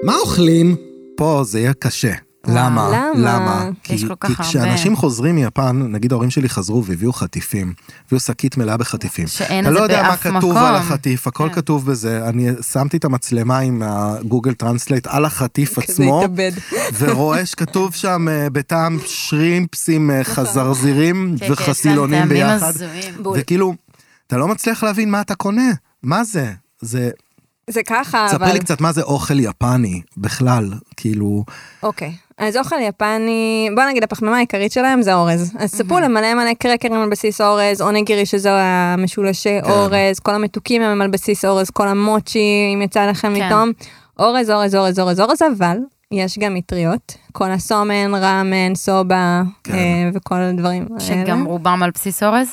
S1: מה אוכלים? פה זה יהיה קשה. למה?
S2: למה?
S1: למה?
S3: יש
S1: כי,
S3: כל כך
S1: כי
S3: הרבה.
S1: כשאנשים חוזרים מיפן, נגיד ההורים שלי חזרו והביאו חטיפים, הביאו שקית מלאה בחטיפים.
S3: שאין
S1: אתה
S3: את
S1: לא
S3: זה
S1: יודע מה
S3: באף
S1: כתוב
S3: מקום.
S1: על החטיף, הכל
S3: כן.
S1: כתוב בזה. אני שמתי את המצלמה עם הגוגל טרנסלייט על החטיף
S2: כזה
S1: עצמו,
S2: התאבד.
S1: ורואה שכתוב שם אה, בטעם שרימפסים, אה, חזרזירים
S3: נכון. כן, כן, יש להם
S1: וחסילונים
S3: טעמים
S1: ביחד.
S3: הזויים.
S2: בול.
S1: וכאילו, אתה לא מצליח להבין מה אתה קונה. מה זה? זה,
S2: זה ככה, אבל...
S1: תספר לי קצת מה זה אוכל יפני בכלל, כאילו,
S2: אוקיי. אז אוכל יפני, בוא נגיד הפחמימה העיקרית שלהם זה אורז. אז ספרו למלא מלא קרקרים על בסיס אורז, או נגירי שזה המשולשי
S1: כן.
S2: אורז, כל המתוקים הם על בסיס אורז, כל המוצ'י, אם יצא לכם
S3: כן.
S2: לטעום. אורז, אורז, אורז, אורז, אורז, אבל יש גם מטריות. כל הסומן, ראמן, סובה,
S1: כן.
S2: אה, וכל הדברים האלה.
S3: שגם רובם על בסיס אורז?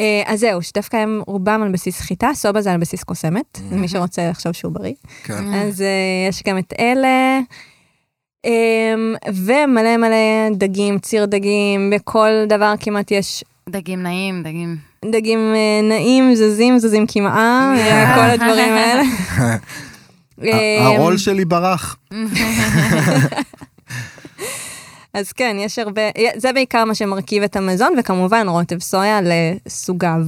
S2: אה, אז זהו, שדווקא הם רובם על בסיס חיטה, סובה זה על בסיס קוסמת,
S1: Mm-hmm.
S2: למי שרוצה לחשוב שהוא בריא.
S1: כן.
S2: אז אה, יש גם את אלה. אמ, ומלא מלא דגים, ציר דגים, בכל דבר כמעט יש
S3: דגים נעים, דגים.
S2: דגים אה, נעים, זזים, זזים קמעה,
S1: <laughs>
S2: אה, כל הדברים האלה.
S1: ה-
S2: אמ,
S1: הרול שלי ברח.
S2: אז כן, יש הרבה, זה בעיקר מה שמרכיב את המזון, וכמובן רוטב סויה לסוגיו.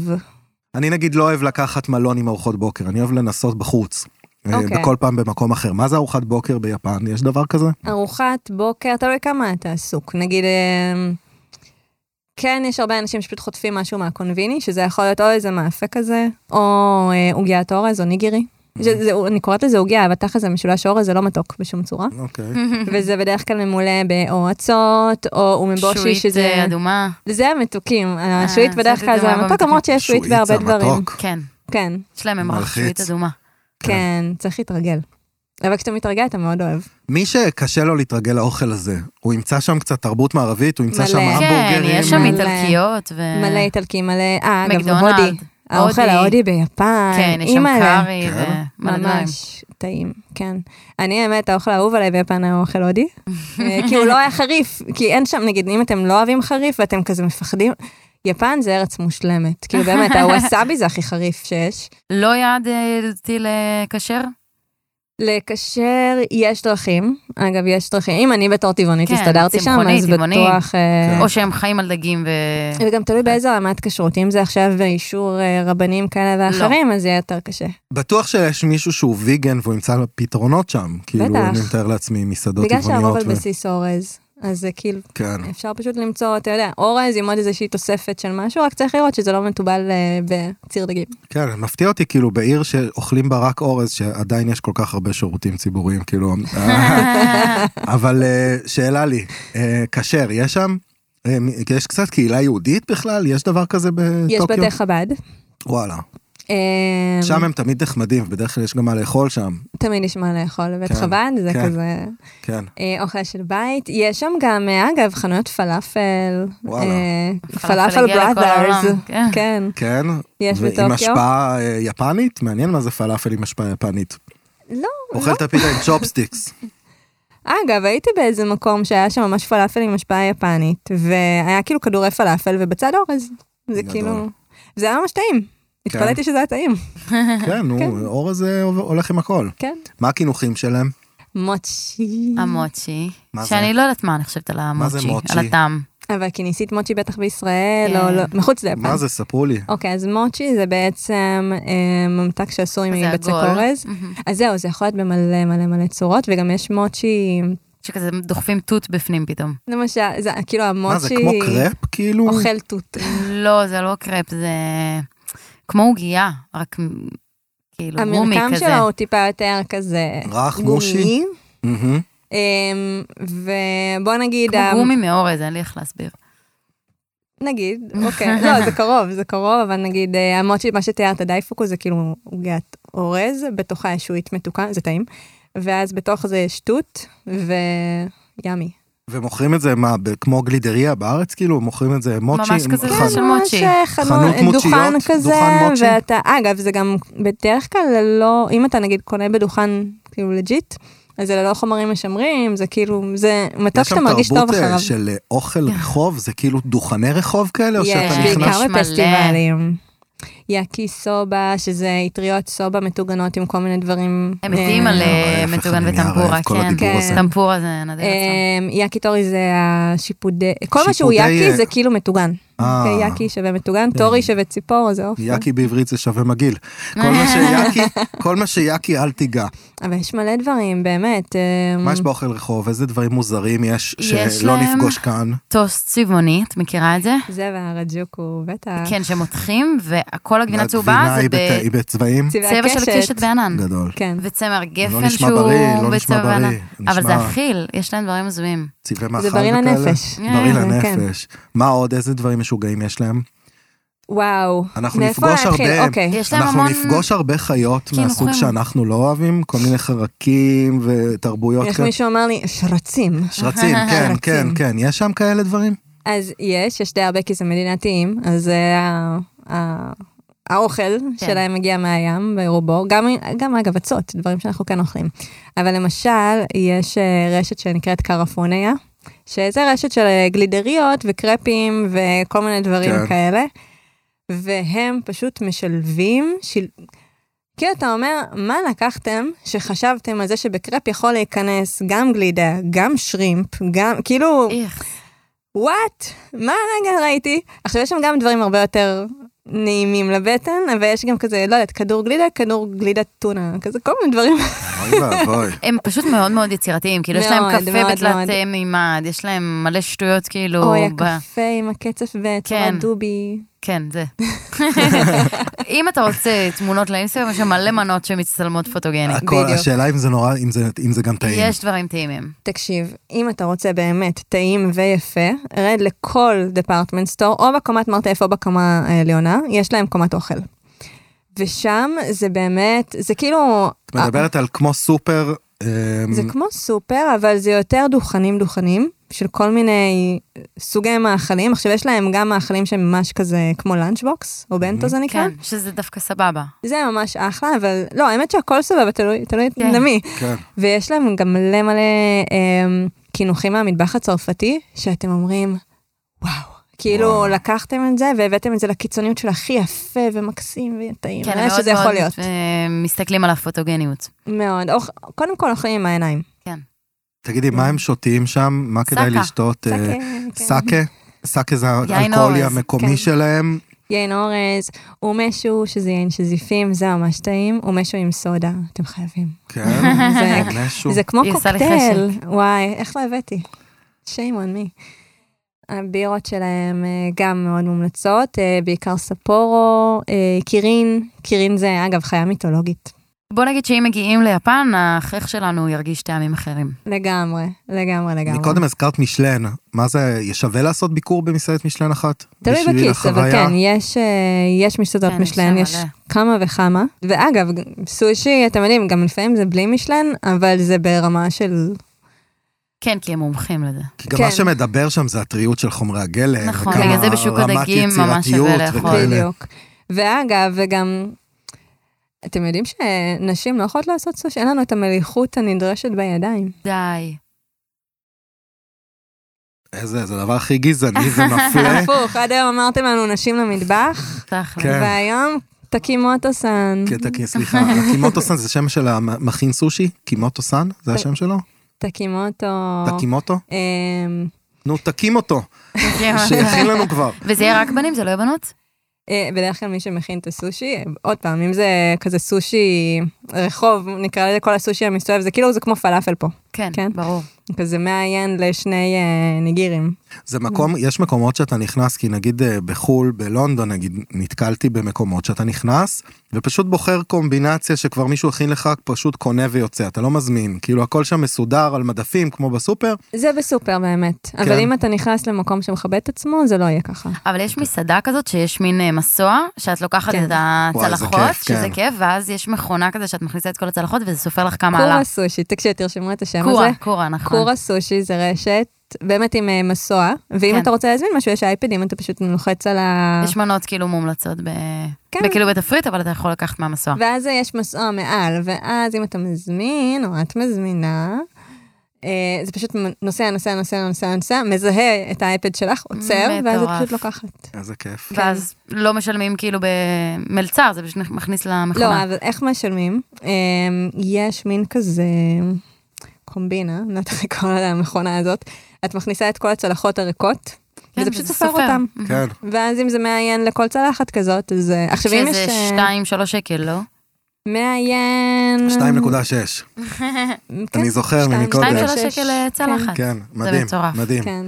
S1: אני נגיד לא אוהב לקחת מלון עם ארוחות בוקר, אני אוהב לנסות בחוץ. אה,
S2: אוקיי.
S1: בכל פעם במקום אחר. מה זה ארוחת בוקר ביפן? יש דבר כזה?
S2: ארוחת בוקר, תלוי כמה אתה עסוק. נגיד, אמ, כן, יש הרבה אנשים שפשוט חוטפים משהו מהקונביני, שזה יכול להיות או איזה מאפה כזה, או אה, עוגיית אורז או ניגירי.
S3: Mm-hmm.
S2: זה, זה, אני קוראת לזה עוגיה, אבל תכל'ס זה משולש אורז, זה לא מתוק בשום צורה.
S3: Mm-hmm.
S1: אוקיי.
S2: וזה בדרך כלל ממולא באורצות, או אומבושי,
S3: שועית
S2: שזה...
S3: אה, אדומה.
S2: זה המתוקים, השועית
S3: זה
S2: בדרך כלל זה
S3: דוגמה
S2: המתוק,
S3: במתוקים.
S2: למרות שיש שועית
S1: שועית
S2: בהרבה
S1: זה
S2: דברים.
S1: המתוק.
S3: כן,
S2: כן,
S3: יש להם ממרח
S1: מלחיץ.
S3: שועית אדומה.
S2: כן, צריך להתרגל. אבל כשאתה מתרגל אתה מאוד אוהב.
S1: מי שקשה לו להתרגל לאוכל הזה, הוא ימצא שם קצת תרבות מערבית, הוא ימצא
S2: מלא.
S1: שם
S2: כן,
S3: כן,
S1: המבורגרים.
S3: יש שם
S2: מלא.
S3: איטלקיות ו...
S2: מלא איטלקים, מלא... אה, אגב,
S3: מקדונלד,
S2: הודי. האוכל
S3: הודי.
S2: ההודי ביפן.
S3: כן, יש שם
S2: אימא'לה.
S3: קארי
S1: כן.
S3: ומלא דברים.
S2: ממש טעים, כן. אני, האמת, האוכל האהוב עליי ביפן היה אוכל
S3: <laughs>
S2: הודי. אה, כי הוא לא היה חריף, כי אין שם, נגיד, אם אתם לא אוהבים חריף ואתם כזה מפחדים, יפן זה ארץ מושלמת. כאילו,
S3: <laughs>
S2: באמת, הווסאבי זה הכי חריף שיש.
S3: לא יעד אה, אותי לכשר?
S2: לקשר, יש דרכים. אגב, יש דרכים. אם אני בתור טבעונית
S3: כן,
S2: הסתדרתי שם,
S3: צמחונית, כן.
S2: אז
S3: טבעוני.
S2: בטוח... אה,
S1: כן.
S3: או שהם חיים על דגים ו...
S2: וגם תלוי באיזה רמת כשרות, אם זה עכשיו באישור אה, רבנים כאלה
S3: לא.
S2: ואחרים, אז זה יהיה יותר קשה.
S1: בטוח שיש מישהו שהוא ויגן והוא ימצא לו פתרונות שם. כאילו,
S2: בטח.
S1: אני מתאר לעצמי מסעדות
S2: בגלל שהרוב
S1: טבעוניות.
S2: על
S1: ו-
S2: בסיס אורז, אז זה כאילו,
S1: כן.
S2: אפשר פשוט למצוא, אתה יודע, אורז עם עוד איזושהי תוספת של משהו, רק צריך לראות שזה לא מתובל אה, בציר דגים.
S1: כן, מפתיע אותי כאילו בעיר שאוכלים בה רק אורז, שעדיין יש כל כך הרבה שירותים ציבוריים, כאילו... אבל אה, שאלה לי, אה, כשר, יש שם? אה, מ- יש קצת קהילה יהודית בכלל? יש דבר כזה
S2: יש
S1: בטוקיו?
S2: בתי חב"ד.
S1: וואלה.
S2: אה,
S1: שם הם תמיד נחמדים, בדרך כלל יש גם מה לאכול שם.
S2: תמיד יש מה לאכול בבית
S1: כן,
S2: חב"ד, זה
S1: כן.
S2: כזה
S1: כן.
S2: אה, אוכל של בית. יש שם גם, אה, אגב, חנויות פלאפל.
S1: וואלה.
S2: אה,
S3: פלאפל
S2: פלאפל
S3: הגיע לכל
S2: בראדרס.
S3: העולם, כן.
S2: כן.
S1: כן?
S2: יש
S1: עם
S2: בטוקיו.
S1: השפעה אה, יפנית? מעניין מה זה פלאפל עם השפעה יפנית.
S2: לא,
S1: אוכל את הפיתה עם
S2: <laughs>
S1: צ'ופסטיקס.
S2: אגב, הייתי באיזה מקום שהיה שם ממש פלאפל עם השפעה יפנית, והיה כאילו כדורי פלאפל ובצד אורז. זה
S1: גדול.
S2: כאילו... זה היה ממש טעים. התפלאתי שזה היה טעים,
S1: כן, נו, אורז אה, הולך עם הכל.
S2: כן.
S1: מה הקינוחים שלהם?
S2: מוצ'י.
S3: אה. המוצ'י.
S1: מה זה?
S3: שאני לא יודעת מה אני חושבת על
S1: זה
S3: המוצ'י,
S1: מוצ'י?
S3: על הטעם.
S2: אבל כי ניסית מוצ'י בטח בישראל,
S3: כן.
S2: או לא, מחוץ ליפן.
S1: מה זה? ספרו לי.
S2: אוקיי, אז מוצ'י זה בעצם אה, ממתק שעשוי
S3: זה
S2: מבצק
S3: עגול.
S2: אורז. אז זהו, זה יכול להיות במלא מלא מלא צורות, וגם יש מוצ'י,
S3: שכזה דוחפים תות בפנים פתאום.
S2: למשל, זה כאילו המוצ'י...
S1: מה זה, כמו קרפ כאילו?
S2: אוכל תות.
S3: לא, זה לא קרפ, זה כמו עוגייה, רק מ- כאילו מומי
S2: המרקם
S3: כזה.
S2: שלו הוא טיפה יותר כזה...
S1: רך,
S2: גומי.
S1: מושי? מהמם.
S2: אמ, ובוא נגיד,
S3: כמו
S2: ה-
S3: גומי מאורז, אין לי איך להסביר.
S2: נגיד,
S3: <laughs>
S2: אוקיי, לא, זה קרוב, זה קרוב, אבל נגיד, אה, למרות שמה שתיארת דייפוקו זה כאילו עוגת אורז, בתוכה יש שועית מתוקה, זה טעים, ואז בתוך זה יש תות וימי.
S1: ומוכרים את זה מה, ב- כמו גלידריה בארץ כאילו? מוכרים את זה מוצ'י?
S3: ממש כזה
S1: עם
S3: כן,
S1: חן-
S3: של
S2: ממש,
S3: מוצ'י.
S2: אה, חנות-
S1: חנות מוצ'יות,
S2: דוכן כזה,
S1: דוכן מוצ'י.
S2: ואתה, אגב, זה גם בדרך כלל ללא, אם אתה נגיד קונה בדוכן כאילו לג'יט, אז זה ללא חומרים משמרים, זה כאילו, זה מתוק
S1: יש
S2: שאתה
S1: שם
S2: מרגיש טוב
S1: תרבות
S2: אחריו. כן.
S1: אה, של אה, אוכל רחוב, זה כאילו דוכני רחוב כאלה, או
S2: יש,
S1: שאתה לא, נכנס...
S2: בעיקר
S3: יש מלא.
S2: בפסטיבלים. יאקי סובה, שזה אטריות סובה מטוגנות עם כל מיני דברים.
S3: הם
S2: אה,
S3: מתים על
S1: אה,
S3: אה,
S1: איך
S3: מטוגן
S1: אני
S3: וטמפורה,
S1: אראה את כל
S3: כן.
S1: הדיבור
S2: כן. הזה.
S3: טמפורה זה נדיר עצמם.
S2: אה, יאקי טורי זה השיפודי, כל מה שהוא
S1: שיפודי,
S2: יאקי
S1: אה,
S2: זה כאילו מטוגן.
S1: אה. כן.
S2: אוקיי, יאקי שווה מטוגן, טורי שווה ציפור, זה עוף.
S1: יאקי בעברית זה שווה מגעיל. כל מה
S2: <laughs>
S1: שיאקי, כל מה שיאקי אל תיגע.
S2: אבל יש מלא דברים, באמת. אה,
S1: מה יש באוכל רחוב? איזה דברים מוזרים יש
S3: יש
S1: שלא
S3: להם-
S1: נפגוש כאן?
S3: טוסט צבעוני, את מכירה את זה?
S2: זה והרג'וקו, בטח.
S3: כן, שמותחים, וכל הגבינה צהובה
S1: הגבינה
S3: זה
S1: היא בת- היא בצבעים?
S2: צבעי
S3: בצבע של
S2: הקשת.
S3: קשת בענן.
S1: גדול.
S2: כן.
S3: וצמר
S1: לא
S3: גפן
S1: נשמע בריא, לא
S3: שהוא
S1: נשמע
S3: בצבע בענן.
S1: בריא.
S3: אבל זה
S1: נשמע-
S3: אכיל, יש להם דברים מזויים.
S1: צבעי מאכל
S2: זה בריא
S1: וכאלה?
S2: לנפש.
S3: כן.
S1: בריא
S2: אה,
S1: לנפש. מה עוד? איזה דברים משוגעים יש להם?
S2: וואו.
S1: אנחנו
S2: מאיפה
S1: נפגוש
S2: להתחיל?
S1: הרבה.
S2: אוקיי.
S3: יש להם
S1: אנחנו
S3: המון... כן,
S1: נפגוש הרבה חיות
S3: קינוחים.
S1: מהסוג שאנחנו לא אוהבים, כל מיני חרקים ותרבויות
S2: איך
S1: כאלה.
S2: מישהו אמר לי, שרצים.
S3: <laughs>
S1: שרצים, כן, כן, כן. יש שם כאלה דברים?
S2: אז יש, יש די הרבה כי זה מדינת איים, אז אה, ה- ה- האוכל
S3: כן.
S2: שלהם מגיע מהים ברובו, גם, גם אגב עצות, דברים שאנחנו כן אוכלים. אבל למשל, יש אה, רשת שנקראת קרפוניה, שזה רשת של אה, גלידריות וקרפים וכל מיני דברים
S1: כן.
S2: כן. כאלה, והם פשוט משלבים, של... כאילו אתה אומר, מה לקחתם שחשבתם על זה שבקרפ יכול להיכנס גם גלידה, גם שרימפ, גם, כאילו...
S3: איך.
S2: וואט, מה הרגע ראיתי? עכשיו, יש שם גם דברים הרבה יותר נעימים לבטן, אבל יש גם כזה, לא יודעת, כדור גלידה, כדור גלידת טונה, כזה כל מיני דברים.
S1: אוי ואבוי.
S3: הם פשוט מאוד מאוד יצירתיים, כאילו יש להם
S2: מאוד,
S3: קפה
S2: מאוד,
S3: בתלת אה,
S2: מאוד.
S3: מימד, יש להם מלא שטויות כאילו...
S2: אוי,
S3: ב-
S2: הקפה עם הקצף בצורה
S3: כן.
S2: דובי.
S3: כן,
S2: <laughs>
S3: זה. אם אתה רוצה תמונות לאינסטגרם, יש שם מלא מנות שמצטלמות
S1: <laughs>
S3: פוטוגנית.
S1: הכל,
S2: בדיוק.
S1: השאלה אם זה נורא, אם זה- אם זה גם טעים.
S3: יש דברים טעימים.
S2: תקשיב, אם אתה רוצה באמת טעים ויפה, רד לכל דפרטמנט סטור, או בקומת מרתף או בקומה העליונה, יש להם קומת אוכל. ושם זה באמת, זה כאילו...
S1: את מדברת על כמו סופר, אמ,
S2: זה כמו סופר, אבל זה יותר דוכנים דוכנים, של כל מיני סוגי מאכלים. עכשיו, יש להם גם מאכלים שהם ממש כזה כמו לאנצ'בוקס, או בנטו זה נקרא.
S3: כן, שזה דווקא סבבה.
S2: זה ממש אחלה, אבל לא, האמת שהכל סבבה, תלוי תלוי
S3: כן.
S2: למי.
S1: כן.
S2: ויש להם גם מלא מלא אמ, קינוחים מהמטבח הצרפתי, שאתם אומרים, וואו. כאילו לקחתם את זה והבאתם את זה לקיצוניות של הכי יפה ומקסים וטעים.
S3: כן,
S2: כן,
S3: הם מאוד
S2: שזה יכול
S3: מאוד
S2: להיות.
S3: אה, מסתכלים על הפוטוגניות.
S2: מאוד. אוכ- קודם כל אוכלים עם העיניים.
S1: תגידי, מה הם שותים שם? מה כדאי לשתות? אה,
S2: סאקה, כן.
S1: סאקה? סאקה זה
S3: יין
S1: האלכוהולי
S3: אורז,
S1: המקומי
S2: כן.
S1: שלהם.
S2: יין אורז, ומשהו שזה יין שזיפים, זה ממש טעים, ומשהו עם סודה, אתם
S3: <laughs>
S2: חייבים.
S1: כן,
S2: זה,
S1: משהו.
S2: זה כמו
S3: היא עושה לי
S2: קוקטייל, וואי, איך לא הבאתי? shame on me. הבירות שלהם אה, גם מאוד מומלצות, אה, בעיקר ספורו, אה, קירין, קירין זה אגב חיה מיתולוגית. בוא.
S3: בוא נגיד שאם מגיעים ליפן, ההכרח שלנו ירגיש טעמים אחרים.
S2: לגמרי, לגמרי, לגמרי.
S1: מקודם הזכרת משלן, מה זה, שווה לעשות ביקור במסעדת משלן אחת?
S2: תלוי
S1: בשביל
S2: בכיס, אבל
S1: החוויה?
S2: כן, יש, אה, יש מסעדות
S3: כן, יש
S2: משלן,
S3: שם
S2: יש
S3: מלא.
S2: כמה וכמה. ואגב, סושי, אתם יודעים, גם לפעמים זה בלי משלן, אבל זה ברמה של...
S3: כן, כי הם מומחים לזה.
S1: כי גם
S2: כן.
S1: מה שמדבר שם זה הטריות של חומרי הגלם.
S3: נכון,
S1: וכמה
S3: בגלל זה בשוק
S1: רמת
S3: הדגים ממש שווה
S1: יצירתיות
S3: לאכול.
S1: וכאלה.
S2: בדיוק. ואגב, וגם... אתם יודעים שנשים לא יכולות לעשות סושי? אין לנו את המליחות הנדרשת בידיים.
S3: די.
S1: איזה, זה הדבר הכי גזעני, זה
S3: <laughs>
S1: מפלה.
S2: אה, הפוך, עד היום אמרתם לנו נשים למטבח,
S3: תכל'ס.
S1: כן.
S2: והיום תקימוטו-סן.
S1: קטע, כי- סליחה, הקימוטו-סן זה שם של המכין סושי? קימוטו-סן? זה השם שלו?
S2: תקימוטו...
S1: תקימוטו?
S2: אמ,
S1: נו, תקים
S3: <laughs>
S1: אותו,
S3: כן, מה זה?
S1: שיכין לנו כבר.
S3: וזה יהיה רק בנים, זה לא יהיה בנות?
S2: אה, בדרך כלל מי שמכין את הסושי, אה, עוד פעם, אם זה כזה סושי רחוב, נקרא לזה כל הסושי המסתובב, זה כאילו זה כמו פלאפל פה.
S3: כן,
S2: כן.
S3: ברור.
S2: כזה 100 ין לשני אה, נגירים.
S1: זה מקום, יש מקומות שאתה נכנס, כי נגיד אה, בחו"ל, בלונדון נגיד, נתקלתי במקומות שאתה נכנס, ופשוט בוחר קומבינציה שכבר מישהו הכין לך, פשוט קונה ויוצא, אתה לא מזמין, כאילו הכל שם מסודר על מדפים, כמו בסופר,
S2: זה בסופר באמת, כן. אבל אם אתה נכנס למקום שמכבד את עצמו, זה לא יהיה ככה.
S3: אבל
S1: כן.
S3: יש מסעדה כזאת שיש מין אה, מסוע, שאת לוקחת
S2: כן.
S3: את
S1: וואי, זה
S3: הצלחות,
S1: כיף,
S3: שזה
S1: כן.
S3: כיף, ואז יש מכונה כזה שאת מכניסה את כל הצלחות וזה סופר לך כמה עלה.
S2: קורה סושי, תקשיב, תרשמו את השם
S3: קורה,
S2: הזה.
S3: קורה, נכון.
S2: קורה סושי זה רשת, באמת עם אה, מסוע, ואם
S3: כן.
S2: אתה רוצה להזמין משהו, יש אייפדים, אתה פשוט לוחץ על ה...
S3: יש מנות כאילו מומלצות, ב...
S2: אה. כן.
S3: וכאילו בתפריט, אבל אתה יכול לקחת מהמסוע.
S2: ואז אה, יש מסוע מעל, ואז אם אתה מזמין, או את מזמינה, אה, זה פשוט נוסע, נוסע, נוסע, נוסע, נוסע, מזהה את האייפד שלך, עוצר, ואז את
S3: מטורף.
S2: פשוט לוקחת.
S1: איזה
S3: <laughs>
S1: כיף.
S2: כן.
S3: ואז לא משלמים כאילו במלצר, זה פשוט מכניס למכונה.
S2: לא, אבל איך משלמים? אה, יש מין כזה קומבינה, לא יודעת איך לקרוא לה המכונה הזאת. את מכניסה את כל הצלחות הריקות,
S3: כן,
S2: וזה פשוט סופר אותם.
S1: כן,
S2: ואז אם זה 100 ין לכל צלחת כזאת, אז... אה, עכשיו, אם יש...
S3: שזה
S2: אה,
S3: 2-3 שקל, לא?
S2: 100 ין...
S1: 2.6,
S2: כן,
S1: אני זוכר
S2: אוקיי. שתיים,
S1: מקודם.
S2: שתיים,
S3: 2-3
S1: 2.6.
S2: שלוש.
S3: שקל אה, צלחת.
S1: כן, מדהים,
S3: מטורף.
S1: מדהים.
S2: כן.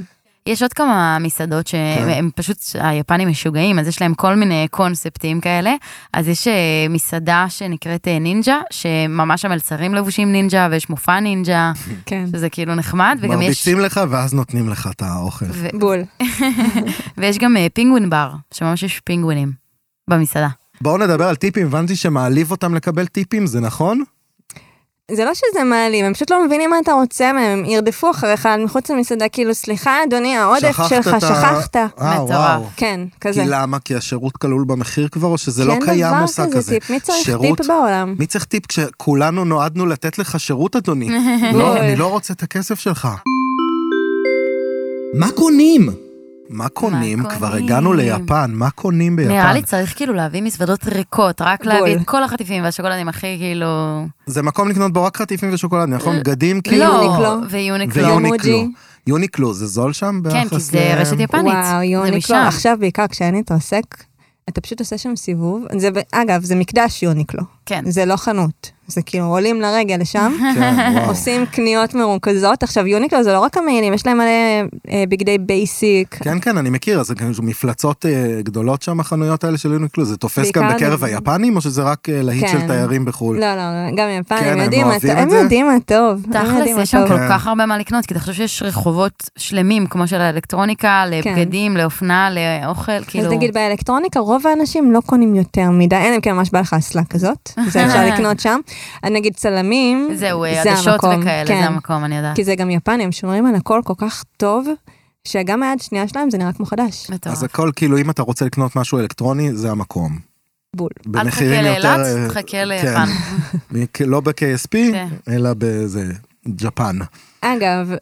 S3: יש עוד כמה מסעדות שהם
S1: כן.
S3: הם פשוט, היפנים משוגעים, אז יש להם כל מיני קונספטים כאלה. אז יש אה, מסעדה שנקראת אה, נינג'ה, שממש המלצרים לבושים נינג'ה, ויש
S1: <laughs>
S3: מופע נינג'ה,
S2: כן.
S3: שזה כאילו נחמד, וגם יש...
S1: מרביצים לך ואז נותנים לך את האוכל.
S3: ו-
S2: בול.
S3: ויש גם אה, פינגווין בר, שממש יש פינגווינים במסעדה.
S1: בואו נדבר על טיפים, הבנתי שמעליב אותם לקבל טיפים, זה נכון?
S2: זה לא שזה מעלים, הם פשוט לא מבינים מה אתה רוצה מהם, הם ירדפו אחריך עד מחוץ למסעדה, כאילו, סליחה, אדוני, העודף
S1: שכחת
S2: שלך,
S1: את ה-
S2: שכחת.
S1: אה,
S3: מטורף.
S1: וואו.
S2: כן, כזה.
S1: כי למה? כי השירות כלול במחיר כבר, או שזה לא קיים מושג
S2: אין כן, דבר כזה
S1: כזה?
S2: טיפ, מי צריך
S1: שירות-
S2: טיפ בעולם?
S1: מי צריך טיפ כשכולנו נועדנו לתת לך שירות,
S2: <laughs>
S1: אדוני? לא,
S2: אוי.
S1: אני לא רוצה את הכסף שלך. מה קונים? מה קונים?
S3: מה
S1: כבר
S3: קונים?
S1: הגענו ליפן, מה קונים
S3: נראה
S1: ביפן?
S3: לי צריך כאילו להביא מזוודות ריקות, רק להביא
S2: בול.
S3: את כל החטיפים והשוקולדים הכי כאילו...
S1: זה מקום לקנות בו רק חטיפים ושוקולד, נכון? בגדים כאילו...
S3: אה, לא,
S2: יוניקלו.
S3: ויוניקלו.
S1: ויוניקלו.
S2: ומוג'י.
S1: יוניקלו, זה זול שם?
S3: כן, כי
S1: ביחס
S3: זה
S1: ל-
S3: רשת יפנית.
S2: וואו,
S3: זה
S2: יוניקלו.
S3: משם.
S2: עכשיו בעיקר כשאין התרסק, אתה פשוט עושה שם סיבוב. זה, ב- אגב, זה מקדש יוניקלו.
S3: כן.
S2: זה לא חנות. זה כאילו עולים לרגל לשם,
S3: <laughs>
S1: כן, וואו.
S2: עושים קניות מרוכזות. עכשיו, יוניקלו זה לא רק המעילים, יש להם מלא אה, בגדי בייסיק.
S1: כן, כן, אני מכיר, אז זה גם מפלצות אה, גדולות שם, החנויות האלה של יוניקלו, זה תופס גם
S2: בעיקר-
S1: בקרב היפנים, או שזה רק אה, להיט
S2: כן.
S1: של תיירים בחו"ל?
S2: לא, לא, גם יפנים,
S1: כן,
S2: הם
S1: הם
S2: יודעים מה
S1: אוהבים
S2: טוב.
S1: את
S2: הם
S1: זה?
S2: יודעים מה טוב. הם יודעים
S3: תכלס,
S2: מה
S3: יש שם
S2: טוב.
S3: כל
S1: כן.
S3: כך הרבה מה לקנות, כי תחשוב שיש רחובות שלמים, כמו של האלקטרוניקה, לבגדים, לאופנה, לאוכל, כאילו...
S2: כן. אז נגיד באלקטרוניקה, רוב האנשים לא קונים יותר מדי, אלא אם כן ממש בא לך אסלה
S3: <laughs>
S2: כזאת, זה אפשר לקנות שם. אז נגיד צלמים,
S3: זהו,
S2: זה
S3: עדשות
S2: המקום,
S3: וכאלה,
S2: כן.
S3: זה המקום, אני יודעת.
S2: כי זה גם יפני, הם שומרים על הכל כל כך טוב, שגם היד שנייה שלהם זה נראה כמו חדש.
S3: מטורף.
S1: אז הכל, כאילו, אם אתה רוצה לקנות משהו אלקטרוני, זה המקום.
S2: בול.
S3: אל תחכה
S1: במחירים יותר...
S3: לאילת,
S1: אה,
S3: תחכה ליפן.
S1: כן, לא ב-KSP,
S3: כן.
S1: אלא בזה, ג'פן.
S2: אגב,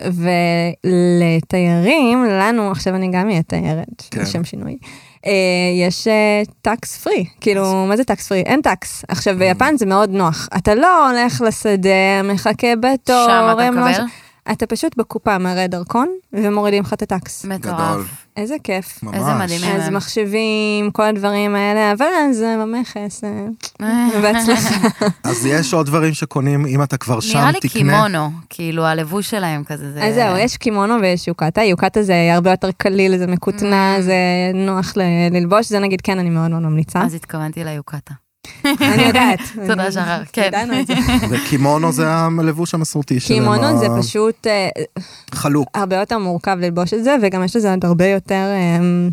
S2: ולתיירים, לנו, עכשיו אני גם אהיה תיירת,
S1: כן.
S2: לשם שינוי, אה, יש טאקס פרי, כאילו, מה זה טאקס פרי? אין טאקס. עכשיו, ביפן זה מאוד נוח. אתה לא הולך לשדה, מחכה בתור,
S3: שם אתה
S2: הם לא
S3: מקבל?
S2: ש- אתה פשוט בקופה מראה דרכון, ומורידים לך את הטאקס.
S1: גדול.
S3: מטורף.
S2: איזה כיף.
S1: ממש.
S3: איזה מדהים.
S2: אז
S3: מהמם.
S2: מחשבים, כל הדברים האלה, אבל זה במכס, אה,
S3: <laughs>
S2: בהצלחה.
S1: אז יש עוד דברים שקונים, אם אתה כבר שם,
S3: נראה לי
S1: תקנה.
S3: קימונו, כאילו הלבוש שלהם כזה. זה-
S2: אז זהו, יש קימונו ויש יוקטה, יוקטה זה הרבה יותר קליל, זה מכותנה,
S3: אה.
S2: זה נוח ל- ללבוש, זה נגיד כן, אני מאוד מאוד ממליצה.
S3: אז התכוונתי ליוקטה.
S2: אני יודעת.
S3: <laughs>
S2: <laughs>
S3: תודה, שחר, כן.
S2: ידענו את
S3: <laughs>
S2: זה.
S1: וקימונו זה הלבוש המסורתי שלהם.
S2: קימונו זה
S1: ה-
S2: פשוט אה,
S1: חלוק.
S2: הרבה יותר מורכב ללבוש את זה, וגם יש לזה עוד הרבה יותר... אה,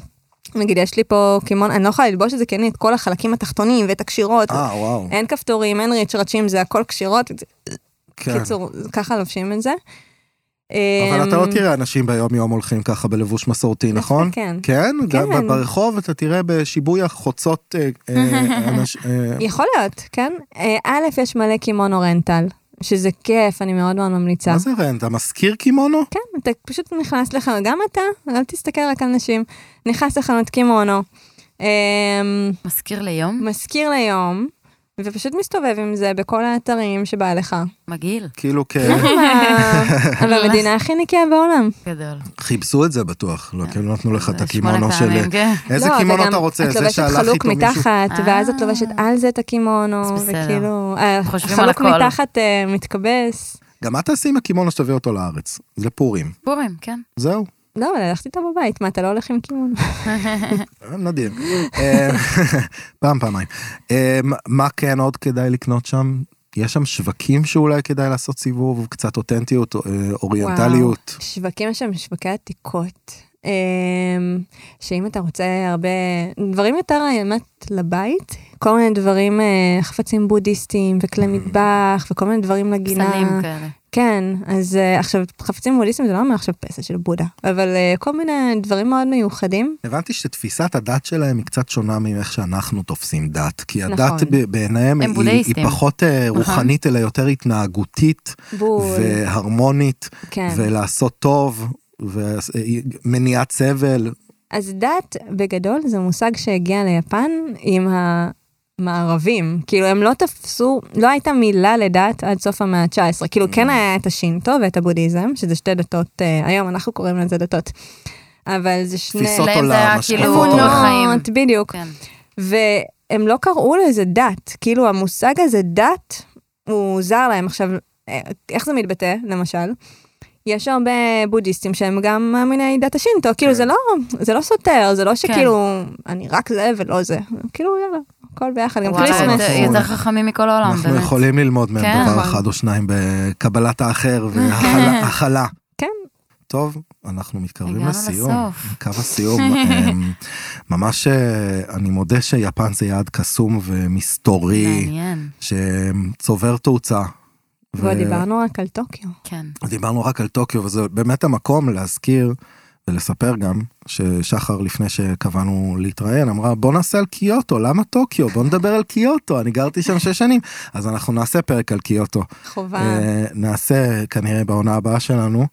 S2: נגיד, יש לי פה קימון, אני לא יכולה ללבוש את זה, כי אין לי את כל החלקים התחתונים ואת הקשירות.
S1: אה, וואו.
S2: אין כפתורים, אין ריצ'רצ'ים, זה הכל קשירות.
S1: כן.
S2: בקיצור, ככה לובשים את זה.
S1: אבל אתה לא
S2: אמ,
S1: תראה אנשים ביום יום הולכים ככה בלבוש מסורתי,
S2: דווקא
S1: נכון?
S2: כן.
S1: כן? גם
S2: כן.
S1: ברחוב אתה תראה בשיבוי החוצות אה,
S2: <laughs>
S1: אה, אנש- אה,
S2: יכול להיות, כן. אה, א', יש מלא קימונו רנטל, שזה כיף, אני מאוד מאוד ממליצה.
S1: מה זה רנט? המשכיר קימונו?
S2: כן, אתה פשוט נכנס לחנות, גם אתה, אל תסתכל רק על נשים, נכנס לחנות קימונו, אה,
S3: מזכיר ליום?
S2: מזכיר ליום, ופשוט מסתובב עם זה בכל האתרים שבא לך.
S3: מגעיל.
S1: כאילו
S2: <laughs>
S1: כ...
S2: במדינה הכי נקייה בעולם.
S3: גדול.
S1: חיפשו את זה בטוח, לא, כאילו נתנו לך את
S3: שמונה
S1: הקימונו של...
S3: פעמים, כן.
S1: איזה
S2: לא,
S1: קימונו
S2: וגם
S1: אתה רוצה?
S2: את
S1: זה
S2: לובשת
S1: שהלך
S2: חלוק
S1: איתו מישהו...
S2: מתחת, ואז את
S3: אה.
S2: לובשת על זה את הקימונו,
S3: בסדר.
S2: וכאילו, אה,
S3: חושבים על
S2: חלוק
S3: הכל.
S2: מתחת אה, מתקבס.
S1: גם את תעשי עם הקימונו שתביא אותו לארץ, זה לפורים.
S3: פורים, כן.
S1: זהו,
S2: לא, אבל הלכתי איתו בבית, מה, אתה לא הולך עם
S1: <laughs>
S2: קימונו?
S1: נדיר. אה, <laughs> פעם, פעמיים. אה, מה כן עוד כדאי לקנות שם? יש שם שווקים שאולי כדאי לעשות סיבוב, קצת אותנטיות, אה, אוריינטליות.
S2: וואו, שווקים שם, שווקי עתיקות. אמ, שאם אתה רוצה הרבה דברים יותר האמת לבית, כל מיני דברים, אה, חפצים בודהיסטיים
S1: Mm.
S2: וכלי מטבח וכל מיני דברים לגינה.
S3: פסלים כאלה.
S2: כן, אז אה, עכשיו חפצים בודהיסטיים זה לא אומר עכשיו פסל של בודה, אבל אה, כל מיני דברים מאוד מיוחדים.
S1: הבנתי שתפיסת הדת שלהם היא קצת שונה מאיך שאנחנו תופסים דת, כי הדת
S2: נכון.
S1: ב- בעיניהם
S3: הם
S1: היא, היא
S3: בודהיסטים.
S1: פחות אה, רוחנית אלא יותר התנהגותית
S2: בול,
S1: והרמונית,
S2: כן.
S1: ולעשות טוב, ומניעת סבל,
S2: אז דת בגדול זה מושג שהגיע ליפן עם המערבים. כאילו הם לא תפסו, לא הייתה מילה לדת עד סוף המאה ה-19. כאילו כן היה את השינטו ואת הבודהיזם, שזה שתי דתות, אה, היום אנחנו קוראים לזה דתות. אבל זה שני
S1: תפיסות
S3: להם זה
S1: עולם,
S3: היה
S1: השקפות
S3: כאילו
S1: עולם.
S3: חיים.
S2: אמונות, בדיוק.
S3: כן.
S2: והם לא קראו לזה דת, כאילו המושג הזה דת, הוא זר להם. עכשיו, אה, איך זה מתבטא, למשל? יש הרבה בודהיסטים שהם גם מאמיני דת השינטו, כאילו זה לא, זה לא סותר,
S1: כן.
S2: זה לא שכאילו, אני רק זה ולא זה, כאילו יאללה, הכל ביחד, גם
S3: וואלה,
S2: כריסמס.
S3: יותר- יותר חכמים מכל העולם,
S1: אנחנו
S3: באמת.
S1: יכולים ללמוד מהם
S3: כן,
S1: דבר
S3: נכון.
S1: אחד או שניים בקבלת האחר והכלה.
S2: כן.
S1: טוב, אנחנו מתקרבים
S3: הגענו
S1: לסיום.
S3: לסוף.
S1: קו הסיום. אמ, ממש, אה, אני מודה שיפן זה יעד קסום ומסתורי,
S3: מעניין,
S1: שצובר תאוצה. ו-
S2: ועוד דיברנו רק על טוקיו.
S3: כן.
S1: דיברנו רק על טוקיו, וזה באמת המקום להזכיר ולספר גם ששחר, לפני שקבענו להתראיין, אמרה בוא נעשה על קיוטו, למה טוקיו? בוא נדבר על קיוטו, אני גרתי שם שש שנים, אז אנחנו נעשה פרק על קיוטו.
S2: חובה.
S1: אה, נעשה כנראה בעונה הבאה שלנו.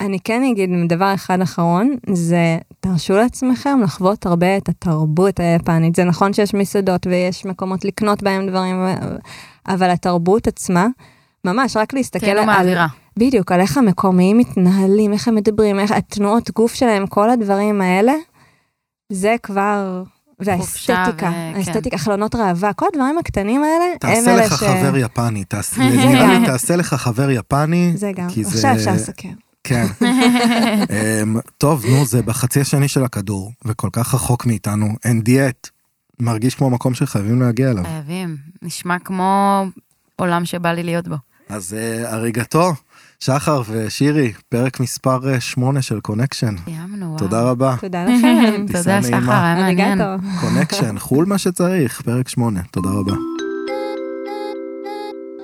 S2: אני כן אגיד דבר אחד אחרון, זה תרשו לעצמכם לחוות הרבה את התרבות היפנית. זה נכון שיש מסעדות ויש מקומות לקנות בהם דברים, ו- אבל התרבות עצמה, ממש רק להסתכל
S3: כאילו מעבירה.
S2: בדיוק, על איך המקומיים מתנהלים, איך הם מדברים, איך התנועות גוף שלהם, כל הדברים האלה, זה כבר... והאסתטיקה,
S3: ו- כן.
S2: האסתטיקה, חלונות ראווה, כל הדברים הקטנים האלה, הם
S1: תעשה
S2: אלה
S1: לך
S2: ש...
S1: חבר יפני,
S2: <laughs>
S1: תעשה- נראה לי תעשה לך חבר יפני.
S2: זה גם,
S1: כי
S2: עכשיו אפשר לסכם.
S1: <laughs> כן. אמ, טוב, נו, זה בחצי השני של הכדור, וכל כך רחוק מאיתנו, אין דיאט. מרגיש כמו מקום שחייבים להגיע אליו.
S3: חייבים. נשמע כמו עולם שבא לי להיות בו.
S1: אז אה, הריגתו, שחר ושירי, פרק מספר 8 של קונקשן.
S3: סיימנו, וואו.
S1: תודה רבה.
S2: תודה
S3: <laughs>
S2: לכם.
S1: טיסה
S3: תודה, שחר,
S1: נעימה.
S3: היה מעניין.
S2: אריגטו.
S1: קונקשן, חול מה שצריך, פרק 8. תודה רבה.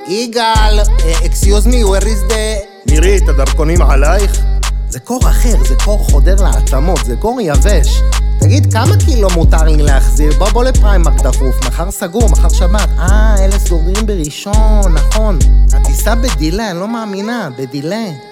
S4: יגאל, אקסיוז מי, where is the...
S5: מירי, את הדרכונים עלייך?
S4: זה קור אחר, זה קור חודר לעצמות, זה קור יבש. תגיד, כמה קילו מותר לי להחזיר? בוא בוא לפריימק דחוף, מחר סגור, מחר שבת. אה, אלה סוגרים בראשון, נכון. הטיסה בדילה, אני לא מאמינה, בדילה.